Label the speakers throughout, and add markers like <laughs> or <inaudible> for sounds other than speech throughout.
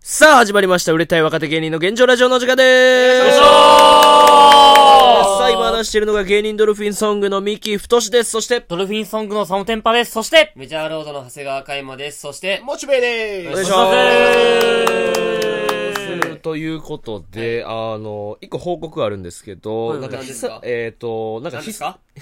Speaker 1: さあ、始まりました。売れたい若手芸人の現状ラジオの時間でーす。さあ、今話しているのが芸人ドルフィンソングの三木太志です。そして、
Speaker 2: ドルフィンソングのサムテンパです。そして、
Speaker 3: メジャーロードの長谷川海馬です。そして、
Speaker 4: モチベで
Speaker 1: お
Speaker 4: す。
Speaker 1: 願いします。ということで、あの、一個報告あるんですけど、なんか
Speaker 3: 何
Speaker 1: ひ
Speaker 3: です
Speaker 1: さ
Speaker 3: か、
Speaker 1: えっ、と、なんか
Speaker 3: 何
Speaker 1: ひ
Speaker 3: ですか
Speaker 1: い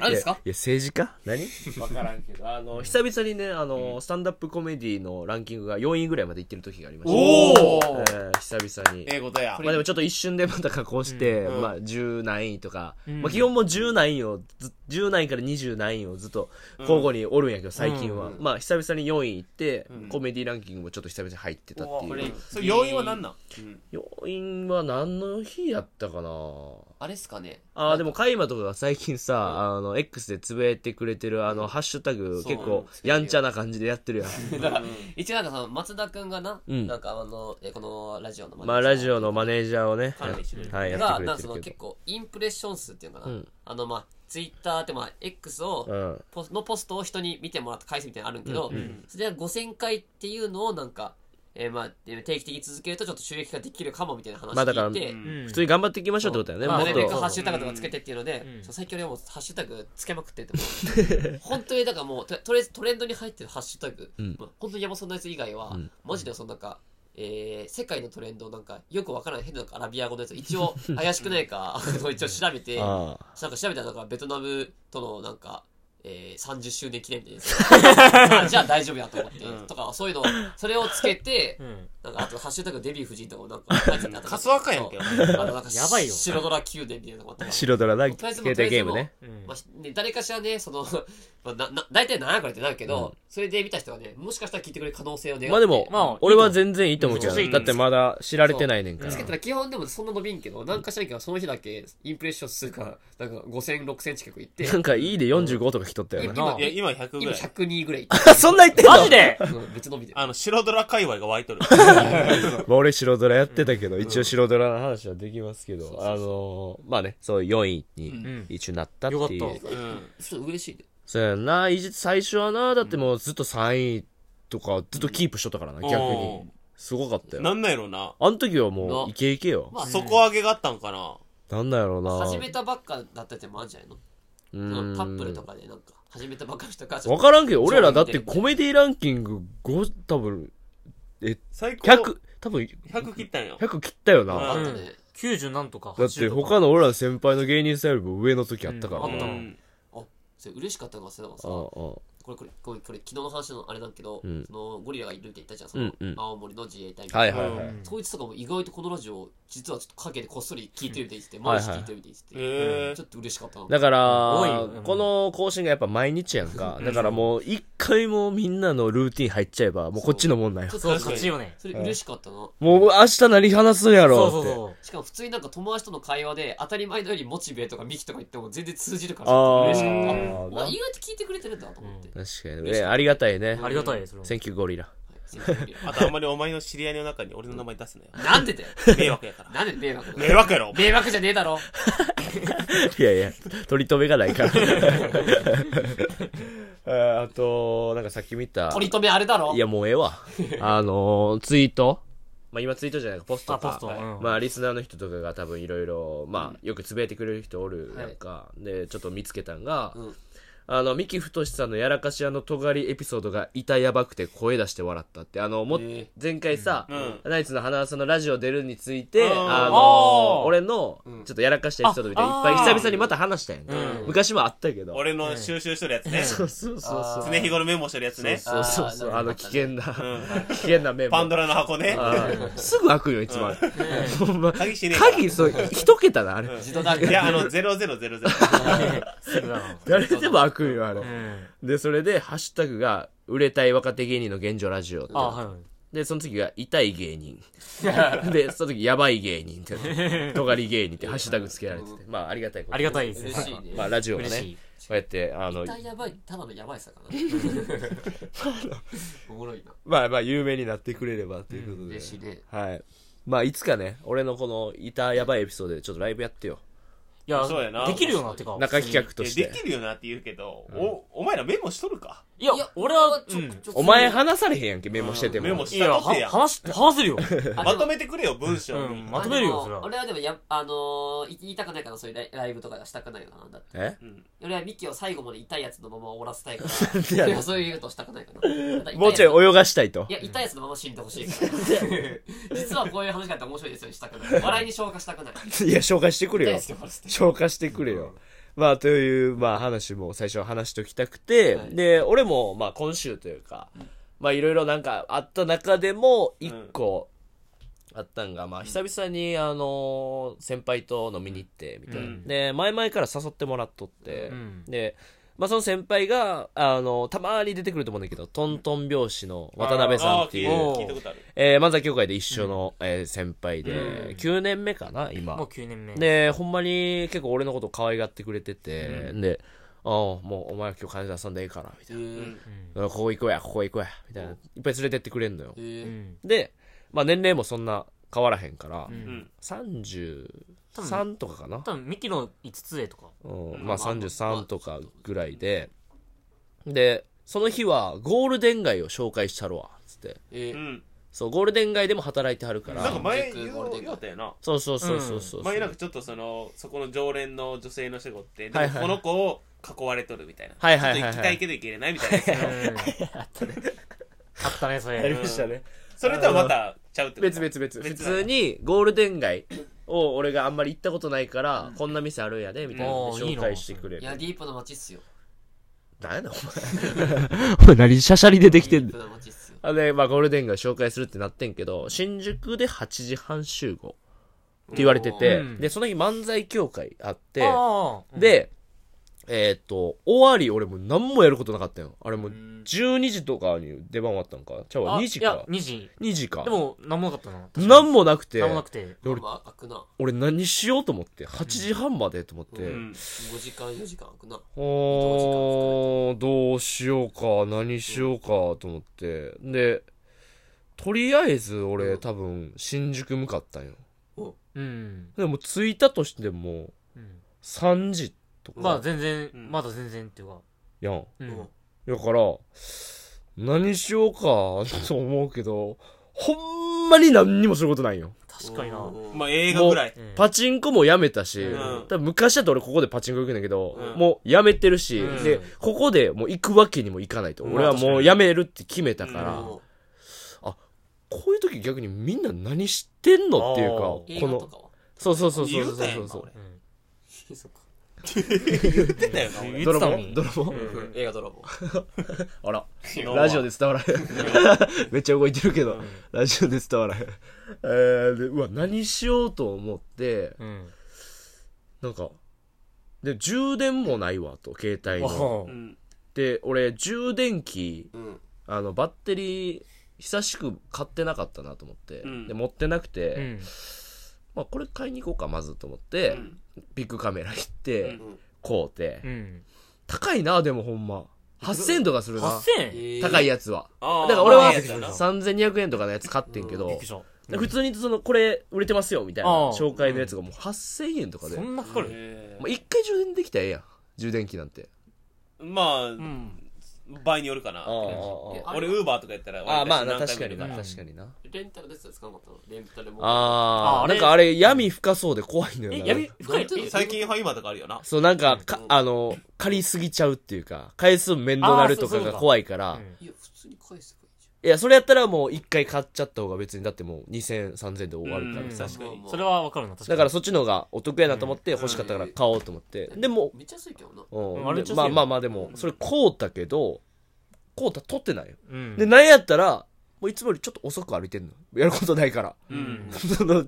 Speaker 3: 何
Speaker 1: <laughs> や
Speaker 3: ですか
Speaker 1: いや、政治家何
Speaker 4: わからんけど。
Speaker 1: あの、久々にね、あの、スタンダップコメディのランキングが4位ぐらいまでいってる時がありました。
Speaker 4: おー
Speaker 1: えー久々に。
Speaker 4: ええことや。
Speaker 1: まあでもちょっと一瞬でまた加工して、まあ10何位とか、まあ基本も10何位をず、10何位から20何位をずっと交互におるんやけど、最近は。まあ久々に4位行って、コメディランキングもちょっと久々に入ってたって
Speaker 3: こ
Speaker 1: い
Speaker 3: れ
Speaker 1: う。、
Speaker 4: それ要因は何なん
Speaker 1: 要因は何の日やったかな
Speaker 3: あれですか
Speaker 4: <laughs>
Speaker 3: ね
Speaker 1: ああ、でも、カイマとかが最近さ、あの、X でつぶやいてくれてる、あの、ハッシュタグ、
Speaker 3: そう
Speaker 1: 結構、やんちゃな感じでやってるやん。
Speaker 3: 一応なんかその、松田くんがな、
Speaker 1: ん
Speaker 3: なんかあの、えこのラジオのマネージャー
Speaker 1: まあ、ラジオのマネージャーをね、
Speaker 3: 管理してくれてる
Speaker 1: はい、やっ
Speaker 3: が、
Speaker 1: て
Speaker 3: なんか
Speaker 1: く
Speaker 3: その
Speaker 1: れてる
Speaker 3: 結構、インプレッション数っていうのかな、
Speaker 1: うん
Speaker 3: あの、まあ、ツイッターってまあ、X を、
Speaker 1: けど。うん。
Speaker 3: ポスのポストを人に見てもらった回数みたいなのあるんけど、それが5000回っていうのをなんか、えーまあ、定期的に続けるとちょっと収益化できるかもみたいな話
Speaker 1: まあだから
Speaker 3: 聞いて、
Speaker 1: 普通に頑張っていきましょうってことだよね、
Speaker 3: まあ、
Speaker 1: も
Speaker 3: な
Speaker 1: っ
Speaker 3: るべく
Speaker 1: と
Speaker 3: ハッ。シュタグとかつけてっていうので、そう最近俺はもうハッシュタグつけまくってて、もう本当にだからもうととりあえずトレンドに入ってるハッシュタグ、まあ本当に山本さんのやつ以外は、マジでそのなんか、えー世界のトレンドなんかよくわからない変ななんかアラビア語のやつ
Speaker 1: <laughs>
Speaker 3: 一応怪しくないかあの一応調べてなん
Speaker 1: ああ。
Speaker 3: か調べたらなんかベトナムとのなんか、えー、30周年記念日
Speaker 1: <laughs>
Speaker 3: ですあじゃあ大丈夫やと思って、とかそういうのをそれをつけて、なんかあとハッシュタグデヴィ夫人とかもなんか書いてあった
Speaker 4: カスワカやんけ。お前
Speaker 3: あのなんか
Speaker 2: やばいよ
Speaker 3: 白ドラ宮殿みたいなのがあったから
Speaker 1: 白ドラだ、
Speaker 3: とりあえず
Speaker 1: 携
Speaker 3: もう
Speaker 1: 帯ゲームね。
Speaker 3: まあね、誰かしらね、その、まあ、なな大体何やこれってなるけど、それで見た人はね、もしかしたら聞いてくれる可能性をね。
Speaker 1: まあでも、
Speaker 2: まあ
Speaker 1: 俺は全然いいと思うけど、
Speaker 2: うん
Speaker 1: だってまだ知られてないねんから
Speaker 3: つ。けたら基本でもそんな伸びんけど、なんかしらんけど、その日だけインプレッション数が、なんか5000、6000近くいって、
Speaker 1: なんか、いいで45とか来とったよな。
Speaker 3: 今
Speaker 4: い、や、今100ぐ
Speaker 3: 今
Speaker 4: らい。
Speaker 3: 102ぐらいいって
Speaker 1: あそんな言ってんの
Speaker 2: マジで
Speaker 3: る、うん、別伸びで。
Speaker 4: あの、白ドラ界隈が湧
Speaker 1: <laughs>
Speaker 4: いとる。
Speaker 1: まあ俺白ドラやってたけど、一応白ドラの話はできますけど、あのー、まあね、そう4位に一応なったっていう。
Speaker 2: よかった
Speaker 4: うん。
Speaker 3: ちょっと嬉しいね。
Speaker 1: そうやんな、いじ最初はな、だってもうずっと3位とかずっとキープしとったからな、逆
Speaker 4: お
Speaker 1: に
Speaker 4: ー。
Speaker 1: すごかった
Speaker 4: な
Speaker 1: よ。
Speaker 4: んなんやろな。
Speaker 1: あの時はもう、
Speaker 3: な
Speaker 1: イケイケよ。
Speaker 3: まあ、
Speaker 4: 底上げがあったんかな。
Speaker 1: なんだろうな。
Speaker 3: 始めたばっかだったってもあるんじゃないの
Speaker 1: う
Speaker 3: そのタップル
Speaker 1: ん。
Speaker 3: とかでなんか、始めたばっかの人が、
Speaker 1: わからんけど、俺らだってコメディランキング5、多分、
Speaker 4: 最高。
Speaker 1: 100、多分、
Speaker 4: 100切ったんよ。
Speaker 1: 100切ったよな。
Speaker 4: う
Speaker 3: あ
Speaker 4: ん
Speaker 3: ったね。
Speaker 2: 90なんとか。
Speaker 1: だって他の俺らの先輩の芸人さんよりも上の時あったから
Speaker 2: うんあった
Speaker 1: な。
Speaker 2: の
Speaker 4: うん
Speaker 3: あ、それ嬉しかったのが、それだからさ、
Speaker 1: う
Speaker 3: これこれこれこれ昨日の話のあれなんだけど、
Speaker 1: ん
Speaker 3: そのゴリラがいるって言ったじゃんその、
Speaker 1: うんうん
Speaker 3: 青森の自衛隊み
Speaker 1: んは
Speaker 3: た
Speaker 1: い
Speaker 3: いな、
Speaker 1: はいはい。
Speaker 3: そいつとかも意外とこのラジオ実はちょっと陰でこっそり聞いてるでいいって毎日聞いてるでいいって、
Speaker 4: え
Speaker 3: ちょっと嬉しかったな
Speaker 1: だか
Speaker 2: 多いよ
Speaker 1: ら
Speaker 2: う、ん
Speaker 1: この更新がやっぱ毎日やんか。だからもう一回もうみんなのルーティン入っちゃえば、もうこっちのもんなんよ
Speaker 3: ちょ。っ
Speaker 2: そう、
Speaker 3: とそ
Speaker 2: 勝ちよね。
Speaker 3: れ嬉しかったな、
Speaker 1: もう明日何話すんや
Speaker 2: そう
Speaker 1: ろ
Speaker 2: そうう
Speaker 1: って。
Speaker 2: そう。
Speaker 3: しかも普通になんか友達との会話で当たり前のようにモチベとかミキとか言っても全然通じるからちょっと嬉しかった
Speaker 1: あー
Speaker 3: あお前意外と聞いてくれてるんだと思って、
Speaker 1: 確かに。ねありがたいね。
Speaker 2: ありがたいです、それも
Speaker 1: センキューゴリラ。 <laughs>
Speaker 3: はい
Speaker 4: ーあとあんまりお前の知り合いの中に俺の名前出
Speaker 1: <laughs>
Speaker 4: すなよ。
Speaker 3: なんでだよ
Speaker 4: 迷惑やから。
Speaker 3: なんで迷惑
Speaker 4: 迷惑やろ、お前
Speaker 3: 迷惑じゃねえだろ
Speaker 1: いやいや、取り留めがない
Speaker 2: <laughs>
Speaker 1: から。あと、なんかさっき見た。
Speaker 3: 取り留めあれだろ
Speaker 1: いや、もうええ <laughs> わ。あのー、ツイートまあ今ツイートじゃないか、ポストか。
Speaker 2: あポストうん
Speaker 1: まあリスナーの人とかが多分いろいろ、まあよくつぶやいてくれる人おるやんか。で、ちょっと見つけたんが、
Speaker 3: うん
Speaker 1: あの、三木太さんのやらかし屋の尖りエピソードが痛やばくて声出して笑ったって、あの、も、
Speaker 3: へえ
Speaker 1: 前回さ、
Speaker 4: う
Speaker 1: ナイツの花輪さんのラジオ出るについて、
Speaker 4: うん
Speaker 1: あのー
Speaker 2: あー
Speaker 1: 俺のちょっとやらかしたエピソードみたいないっぱい久々にまた話したやんか。昔もあったけど。
Speaker 4: 俺の収集しとるやつ
Speaker 1: <laughs>
Speaker 4: ね。
Speaker 1: そうそうそうそう。
Speaker 4: 常日頃メモしてるやつね。
Speaker 1: そうそうそう。
Speaker 3: あー
Speaker 1: あの危険な、 <laughs> 危険な面も
Speaker 4: パンドラの箱ね。
Speaker 1: ああすぐ開くよ、いつもあれ。 <laughs> ほんま
Speaker 4: 鍵しねえから。
Speaker 1: 鍵、そう、一桁だ、あれ。
Speaker 3: 自動だ
Speaker 4: いや、あの、0000。
Speaker 1: <laughs>
Speaker 2: <laughs> すぐだな。
Speaker 1: 誰でも開くよ、あれ
Speaker 2: う。ん。
Speaker 1: で、それで、ハッシュタグが、売れたい若手芸人の現状ラジオって
Speaker 2: あ、はいはい。
Speaker 1: で、その次が、痛い芸
Speaker 2: <laughs>
Speaker 1: 人。で、その時、やばい芸人って、尖り芸人ってハッシュタグつけられてて。まあ、ありがたいこと。
Speaker 2: ありがたいですね。
Speaker 3: 嬉しいね
Speaker 1: まあ、ラジオがね、
Speaker 2: 嬉
Speaker 1: こ
Speaker 2: しいう
Speaker 1: やって、あの
Speaker 3: 絶、対やばいただのやばい
Speaker 1: <laughs>
Speaker 3: さかなおもろいな
Speaker 1: まあまあ、有名になってくれればということで
Speaker 3: 嬉。しいね
Speaker 1: はい。まあ、いつかね、俺のこの、痛やばいエピソードで、ちょっとライブやってよ。
Speaker 2: いや、
Speaker 4: そうやな
Speaker 2: できるようになってか。
Speaker 1: 中企画と
Speaker 4: いや
Speaker 1: して
Speaker 4: で。きるよなって言うけど、お、お前らメモしとるか
Speaker 2: いや
Speaker 3: いや、
Speaker 2: 俺は、
Speaker 3: ち
Speaker 2: う
Speaker 3: ょ
Speaker 2: ん。
Speaker 3: ちょ
Speaker 1: お前話されへんやんけ、メモしてても。
Speaker 4: メモし
Speaker 2: い
Speaker 4: た
Speaker 2: や、
Speaker 4: と
Speaker 2: は
Speaker 4: てや。
Speaker 2: 話し、
Speaker 1: <laughs>
Speaker 2: 話せるよ。
Speaker 3: あ
Speaker 4: まと
Speaker 3: で
Speaker 4: めてくれよ、文章
Speaker 2: う
Speaker 4: に
Speaker 2: ん。
Speaker 3: も
Speaker 2: まとめるよ、そ
Speaker 3: あで
Speaker 2: れ
Speaker 3: も
Speaker 2: は。
Speaker 3: 俺はでもや、あのー、い言いたくないから、そういうライライブとかしたくないよな。だって
Speaker 1: え
Speaker 4: うん
Speaker 3: 俺はミキを最後まで痛いやつのまま終わらせたいか
Speaker 1: <laughs> でや
Speaker 3: ら、
Speaker 1: ねん
Speaker 3: いやそういうことしたくないかな。
Speaker 1: もうちょい泳がしたいと
Speaker 3: い。や、痛いやつのまま死んでほしい
Speaker 1: <laughs>
Speaker 3: から。 <laughs> 実はこういう話があったら面白いですよ、したくない。笑いに消化したくな
Speaker 1: い
Speaker 3: い。
Speaker 1: や、紹介してくれ
Speaker 3: 痛い
Speaker 1: よ
Speaker 3: や。つのまま死んで
Speaker 1: 消化してくれよ。まあ、という、まあ、話も最初は話しておきたくて、
Speaker 3: はい
Speaker 1: で、俺も、まあ、今週というか、まあ、いろいろなんかあった中でも、一個、あったんが、まあ、久々に、あのー先輩と飲みに行って、みたいな。
Speaker 4: うん
Speaker 1: で、前々から誘ってもらっとって、
Speaker 2: うん
Speaker 1: で、まあ、その先輩が、あのーたまに出てくると思うんだけど、トントン拍子の渡辺さんってい
Speaker 4: あ
Speaker 1: う、
Speaker 4: ー聞いたことある。
Speaker 1: えー漫才協会で一緒の、えー先輩で、
Speaker 2: うん
Speaker 1: 9年目かな、今。
Speaker 2: もう9年目。
Speaker 1: でほんまに結構俺のこと可愛がってくれてて、で「ああもうお前今日金出さんでいいから」みたいな「うんここ行こうやここ行こうや」みたいないっぱい連れてってくれんのよ
Speaker 2: う
Speaker 3: え
Speaker 2: ん。
Speaker 1: で、まあ、年齢もそんな変わらへんから、
Speaker 4: うん。
Speaker 1: 33とかかな、
Speaker 2: 多分、ミキの5つ上
Speaker 1: <laughs>
Speaker 2: とか。
Speaker 1: うん、まあ
Speaker 3: まあ
Speaker 1: 33とかぐらいででその日はゴールデン街を紹介したるわつって
Speaker 3: え
Speaker 4: うん。
Speaker 1: そうゴールデン街でも働いてはるか
Speaker 4: なんから前言おう言おうたよな。
Speaker 1: そうそうそうそうそう、
Speaker 4: 前なんかちょっとその、そこの常連の女性の人がおって、で
Speaker 1: はい
Speaker 4: も
Speaker 1: はい
Speaker 4: この子を囲われとるみたいな。
Speaker 1: はいはいはい
Speaker 4: ちょ
Speaker 1: はい
Speaker 4: っと行きたいけど行けれないみたいなやつ
Speaker 2: う
Speaker 4: や
Speaker 2: ん。
Speaker 4: ろ。
Speaker 2: あったね。あったね、そ
Speaker 1: やり
Speaker 2: れ。
Speaker 1: ましたね
Speaker 4: それとはまたちゃうってこと
Speaker 1: 別々別々普
Speaker 4: 別
Speaker 1: 通にゴールデン街を俺があんまり行ったことないから、こんな店あるんやでみたいなので
Speaker 2: うん
Speaker 1: 紹介してくれ
Speaker 3: い
Speaker 1: る
Speaker 3: や、ディープな街っすよ。
Speaker 1: 何やねんお前 <laughs> お前何シャシャリででき
Speaker 3: デ
Speaker 1: てん
Speaker 3: ィー
Speaker 1: の
Speaker 3: プな街っすよ。
Speaker 1: あで、まあ、ゴールデン街紹介するってなってんけど新宿で8時半集合って言われてて、
Speaker 2: うん
Speaker 1: でその日漫才協会あって
Speaker 2: ああ。
Speaker 1: でえっ、と終わり俺もう何もやることなかったよあれもう12時とかに出番終わったんかちゃう
Speaker 2: あ、
Speaker 1: わ2時
Speaker 2: いや
Speaker 1: か、
Speaker 2: 2時。
Speaker 1: 2時か
Speaker 2: でも、なんもなかったな。
Speaker 1: 何もなくて
Speaker 2: なんもなくて。
Speaker 1: で俺
Speaker 3: まあ、開くな。
Speaker 1: 俺何しようと思って8時半までと思って、
Speaker 3: う
Speaker 4: うん
Speaker 3: 5時間、4時間開くな。
Speaker 1: おーどうしようか何しようかと思ってでとりあえず俺多分新宿向かったんよ
Speaker 2: うん。
Speaker 1: でも着いたとしても
Speaker 2: うん
Speaker 1: 3時と
Speaker 2: まあ、
Speaker 1: か
Speaker 2: 全然、
Speaker 4: うん
Speaker 2: まだ全然っていうか。
Speaker 1: やん
Speaker 2: う。
Speaker 3: うん
Speaker 1: だから何しようか <laughs> と思うけどほんまに何にもすることないよ
Speaker 2: 確かにな。
Speaker 3: うん
Speaker 4: まあ映画ぐらい。
Speaker 2: うん
Speaker 1: パチンコもやめたし、
Speaker 4: うん
Speaker 1: 多分昔だと俺ここでパチンコ行くんだけど、
Speaker 4: うん
Speaker 1: もうやめてるし、
Speaker 2: うん
Speaker 1: で、ここでもう行くわけにもいかないと。
Speaker 4: うん
Speaker 1: 俺はもうやめるって決めたから、
Speaker 4: うん
Speaker 1: こういう時逆にみんな何してんのっていうか、
Speaker 2: あ
Speaker 1: こ
Speaker 2: ー
Speaker 3: 映画と
Speaker 1: の
Speaker 3: か、は
Speaker 1: そうそうそうそう
Speaker 4: 言
Speaker 1: そう
Speaker 4: うたやん
Speaker 1: そうそう。
Speaker 2: うん
Speaker 3: そっか
Speaker 4: 言ってたよな、俺。
Speaker 2: 言っ
Speaker 1: 泥
Speaker 2: てたの
Speaker 1: 棒
Speaker 2: に。
Speaker 1: 泥棒、
Speaker 3: うん映画泥棒。
Speaker 1: あら、ラジオで伝わらへん。 <laughs> めっちゃ動いてるけど、ラジオで伝わらへん。えー、で、うわ、何しようと思って、
Speaker 2: うん。
Speaker 1: なんか、で、充電もないわと、携帯の。
Speaker 2: お
Speaker 4: う
Speaker 2: ー
Speaker 4: ん。
Speaker 1: で俺充電器
Speaker 3: うん。
Speaker 1: あのバッテリー久しく買ってなかったなと思って、
Speaker 4: うん
Speaker 1: で持ってなくて、
Speaker 2: うん。
Speaker 1: まあ、これ買いに行こうかまずと思って、
Speaker 4: うん
Speaker 1: ビッグカメラ行って、
Speaker 4: うん
Speaker 3: うん
Speaker 1: 買うて、
Speaker 2: うん。
Speaker 1: 高いなでもほんま8000円とかするな
Speaker 2: 8000円
Speaker 1: 高い
Speaker 3: や
Speaker 1: やつは
Speaker 4: あ
Speaker 1: だ
Speaker 4: ー
Speaker 1: から俺は
Speaker 4: まあええやつやな
Speaker 1: 3200円とかのやつ買ってんけど、
Speaker 2: びっくりした。
Speaker 1: で普通にそのこれ売れてますよみたいな
Speaker 2: あー
Speaker 1: 紹介のやつがもう8000円とかで、
Speaker 2: そんなかかる
Speaker 4: え
Speaker 1: まあ、1回充電できたらええやん充電器なんて
Speaker 4: ーまあ
Speaker 2: う、ん。
Speaker 4: 場合によるかな。
Speaker 3: ー
Speaker 4: 俺、ウーバーとかやったら。
Speaker 1: あーまあな
Speaker 4: 割
Speaker 1: 確か
Speaker 4: と何回
Speaker 1: に
Speaker 4: も
Speaker 1: な
Speaker 4: やる
Speaker 1: 確かにな
Speaker 3: レンタルですら使わなかったのレンタルも。
Speaker 1: あ
Speaker 2: あ
Speaker 1: あ
Speaker 2: あ
Speaker 1: な
Speaker 2: れ
Speaker 1: んかあれ闇深そうで怖いのよな
Speaker 2: え、闇深い
Speaker 3: どういうこと
Speaker 4: 最近は今とかあるよな。
Speaker 1: そうなんかかあの借りすぎちゃうっていうか返す面倒なるとかが怖いから
Speaker 2: うん
Speaker 3: いや、普通に返せばいいじ
Speaker 1: いやそれやったらもう一回買っちゃった方が別にだってもう2000 3000で終わるか
Speaker 4: う
Speaker 1: ら
Speaker 4: ん
Speaker 1: さ
Speaker 4: 確かに
Speaker 3: まあまあ
Speaker 2: それはわかるな、確か
Speaker 1: だ
Speaker 2: に。
Speaker 1: からそっちの方がお得やなと思って欲しかったから買おうと思って
Speaker 3: ゃん。
Speaker 1: でも
Speaker 3: めっちゃ安いけどな。
Speaker 1: うん
Speaker 2: あれ
Speaker 1: でまあまあまあでもそれ買うたけど買うた取ってないよ
Speaker 2: うん。
Speaker 1: でなんやったらもういつもよりちょっと遅く歩いてんのやることないから
Speaker 4: うん。
Speaker 1: <laughs> その
Speaker 3: そんなに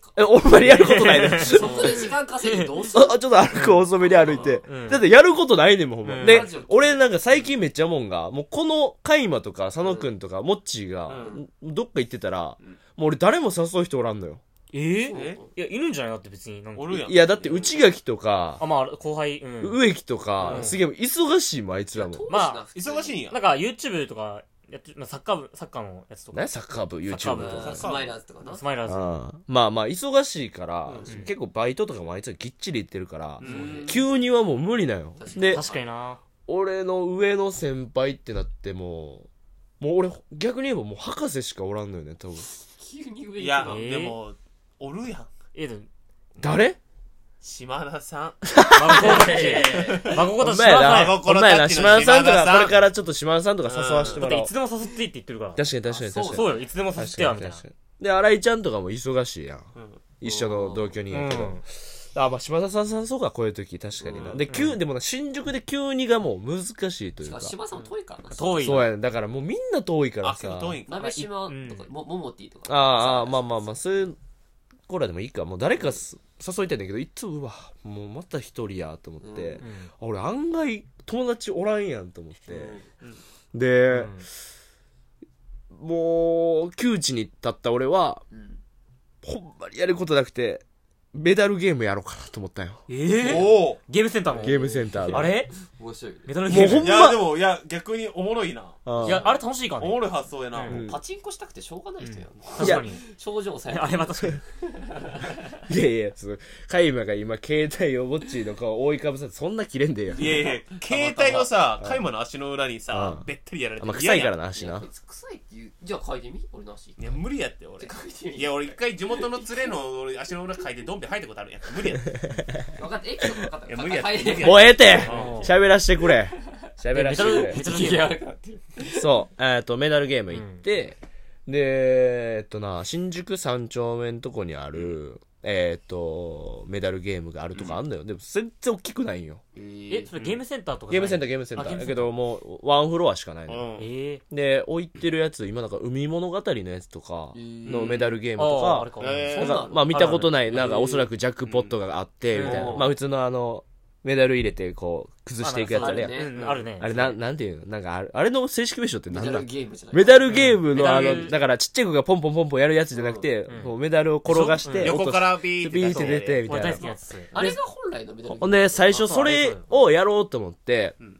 Speaker 3: か。
Speaker 1: えほんまにやることないね
Speaker 3: そこで時間稼いでどうす
Speaker 1: あ、
Speaker 3: る
Speaker 1: あちょっと歩く遅めに歩いて。
Speaker 2: うん
Speaker 1: だってやることないねんもん、ほんま。
Speaker 2: うん
Speaker 1: で
Speaker 3: ラジオ、
Speaker 1: 俺なんか最近めっちゃもんが、もうこのカイマとか佐野くんとかモッチーが、どっか行ってたら、もう俺誰も誘う人おらんのよ。
Speaker 2: え
Speaker 3: そう
Speaker 2: えいや、いるんじゃないだって別に。なんか
Speaker 4: おるやん。
Speaker 1: いや、だって内垣とか、
Speaker 2: あ、まあ、後輩、うん。
Speaker 1: 植木とか
Speaker 2: う、ん
Speaker 1: すげえ忙しいもん、あいつらも。
Speaker 2: まあ
Speaker 4: 忙しい
Speaker 3: い。
Speaker 4: んや
Speaker 2: な。んか、YouTube とか、やって、まあサッカー部、サッカーのやつとか
Speaker 1: ね、。サッカー部、
Speaker 2: サ
Speaker 1: YouTube
Speaker 2: ッカー部
Speaker 1: と
Speaker 3: う
Speaker 1: か
Speaker 3: ん。スマイラーズとかな。
Speaker 2: スマイラーズ。
Speaker 1: うんまあまあ、忙しいから、
Speaker 4: うん
Speaker 1: 結構バイトとかもあいつらぎっちり行ってるから、
Speaker 4: うん
Speaker 1: 急にはもう無理なよ
Speaker 3: 確。かに
Speaker 1: で、
Speaker 2: 確かにな。
Speaker 1: 俺の上の先輩ってなってももう俺逆に言えばもう博士しかおらんのよね多分
Speaker 3: 急に上
Speaker 4: い
Speaker 3: 行く
Speaker 4: や、
Speaker 3: の
Speaker 2: えー
Speaker 4: でも、おるやん。
Speaker 2: え
Speaker 1: <laughs>
Speaker 2: えと、
Speaker 1: 誰
Speaker 4: 島田さん。
Speaker 2: まここたち。まここたち知らない。だ
Speaker 4: な
Speaker 2: っ
Speaker 1: お前ら島田さんと
Speaker 4: 島田さ
Speaker 1: か
Speaker 4: ん
Speaker 1: これからちょっと島田さんとか誘わせても
Speaker 2: て
Speaker 1: らお
Speaker 2: いうつでも誘っていいって言ってるから。
Speaker 1: 確かに確かに
Speaker 3: あそう
Speaker 1: 確かに
Speaker 2: そうよ、いつでも誘っ
Speaker 1: 確
Speaker 2: てや、
Speaker 1: か
Speaker 2: み
Speaker 1: に
Speaker 2: たいな
Speaker 1: 確か。にで新井ちゃんとかも忙しいやん
Speaker 4: うん
Speaker 1: 一緒の同居人やけど、
Speaker 2: うん
Speaker 1: あまあ島田さんさんそうかこういう時確かにな、
Speaker 4: うん
Speaker 1: で急でもな新宿で急にがもう難しいとい
Speaker 3: し
Speaker 1: う
Speaker 3: か
Speaker 1: か
Speaker 3: も島さんも遠いからな。
Speaker 2: 遠い。
Speaker 1: そうやねだからもうみんな遠いから
Speaker 4: あ、
Speaker 1: さ
Speaker 4: 遠いか。
Speaker 3: 鍋島
Speaker 2: うん
Speaker 3: とか、も、ももティとか。
Speaker 1: ああまあまあまあそういう子らでもいいかもう誰かす誘いたいんだけどいつもうわもうまた一人やと思って、
Speaker 2: うん
Speaker 1: あ俺案外友達おらんやんと思って、
Speaker 4: うん
Speaker 2: う
Speaker 1: で、
Speaker 2: ん
Speaker 1: もう窮地に立った俺は
Speaker 3: うん。
Speaker 1: ほんまにやることなくてメダルゲームやろうかなと思ったよ
Speaker 2: えー
Speaker 4: おお
Speaker 2: ゲームセンターの
Speaker 1: ゲームセンターで
Speaker 2: あれ
Speaker 3: 面白いよね。
Speaker 2: メタルゲー
Speaker 1: もう
Speaker 2: ム
Speaker 1: ほん
Speaker 4: い
Speaker 1: ま
Speaker 4: や、でも、いや、逆におもろいな。
Speaker 1: あ
Speaker 2: いや、あれ楽しいから
Speaker 4: お
Speaker 2: ね。
Speaker 4: もろい発想やな。
Speaker 2: うん
Speaker 3: パチンコしたくてしょうがない人やん。
Speaker 2: 確かに。
Speaker 3: 症状さえ。
Speaker 2: あれは確
Speaker 1: <laughs>
Speaker 2: かに。
Speaker 1: いやいやそのカイマが今携帯をぼっちーの顔覆いかぶさってそんな切れんでよ
Speaker 4: いやいや、携帯をさ、
Speaker 1: うん
Speaker 4: カイマの足の裏にさ
Speaker 1: う、ん
Speaker 4: べったりやられ
Speaker 1: あ
Speaker 4: て
Speaker 1: んま臭いから
Speaker 4: な。
Speaker 1: な足
Speaker 3: いや
Speaker 1: な
Speaker 3: こいつ臭いって言う。じゃあ嗅いでみ俺の足。
Speaker 4: いや、無理やって、俺。
Speaker 3: 嗅いでみ
Speaker 4: いや、俺一回地元の連れの俺足の裏書いてドンって入ったことあるんやん。無理やって。
Speaker 3: 分かった。エピソード分かった。
Speaker 4: いや無理や
Speaker 3: 嗅いでみ
Speaker 4: 無理や
Speaker 1: もうええて
Speaker 4: うん
Speaker 1: 喋らしてくれ喋ら
Speaker 2: メ
Speaker 1: して
Speaker 2: タ
Speaker 1: く <laughs>
Speaker 2: ル、
Speaker 1: れ
Speaker 2: メタル
Speaker 3: い
Speaker 2: ゲ
Speaker 3: や
Speaker 2: ーム。
Speaker 1: そう、えっ、と、メダルゲーム行って、で、えっ、とな、新宿三丁目のとこにある、えっ、と、メダルゲームがあるとかあんのよ。でも、全然大きくないんよ。
Speaker 2: え、それゲームセンターとかじ
Speaker 1: ゲー
Speaker 2: ゃな
Speaker 1: ム
Speaker 2: い
Speaker 1: センター、ゲームセンタ
Speaker 2: あゲ
Speaker 1: ー。
Speaker 2: ーム
Speaker 1: だ
Speaker 2: セ
Speaker 1: け
Speaker 2: ンター
Speaker 1: ど、も <laughs> う、ワンフロアしかないのよ。
Speaker 4: うん。
Speaker 2: え
Speaker 1: で、置いてるやつ、今なんか、海物語のやつとか、
Speaker 3: うん
Speaker 1: のメダルゲー
Speaker 2: え
Speaker 1: ムと
Speaker 2: ああ、あれ
Speaker 1: か、
Speaker 2: か。
Speaker 4: えー
Speaker 1: なん
Speaker 3: そんな
Speaker 1: か
Speaker 3: の、
Speaker 1: まあ、見たことない、
Speaker 3: る
Speaker 1: なん
Speaker 3: へ
Speaker 1: か、
Speaker 3: ー
Speaker 1: おそらくジャックポットがあって、みたいな。
Speaker 3: うん
Speaker 1: まあ、普通のあの、メダル入れて、こう、崩していくやつあれやん。
Speaker 3: ね
Speaker 2: うんあるね。
Speaker 1: あれ、な、なんていうのなんかあれ、あれの正式名称って
Speaker 3: メ
Speaker 1: なん
Speaker 3: ダ
Speaker 1: だ
Speaker 3: ルゲームじゃない。
Speaker 1: メダルゲーム
Speaker 2: うん
Speaker 1: のあ
Speaker 2: メダ
Speaker 1: の、
Speaker 2: ル
Speaker 1: だからちっちゃい子がポンポンポンポンやるやつじゃなくて
Speaker 2: うん、
Speaker 1: こうメダルを転がし
Speaker 2: そう
Speaker 1: て、
Speaker 4: 横か
Speaker 1: 落
Speaker 4: らビ
Speaker 1: とし
Speaker 4: ーって
Speaker 1: ビーって出て、み
Speaker 2: 俺
Speaker 1: たいな
Speaker 2: 大好き。なやつそれ。
Speaker 3: あれが本来のメダルゲーム。
Speaker 1: ほんで、最初
Speaker 2: あそう
Speaker 1: それをやろうと思って、
Speaker 4: ん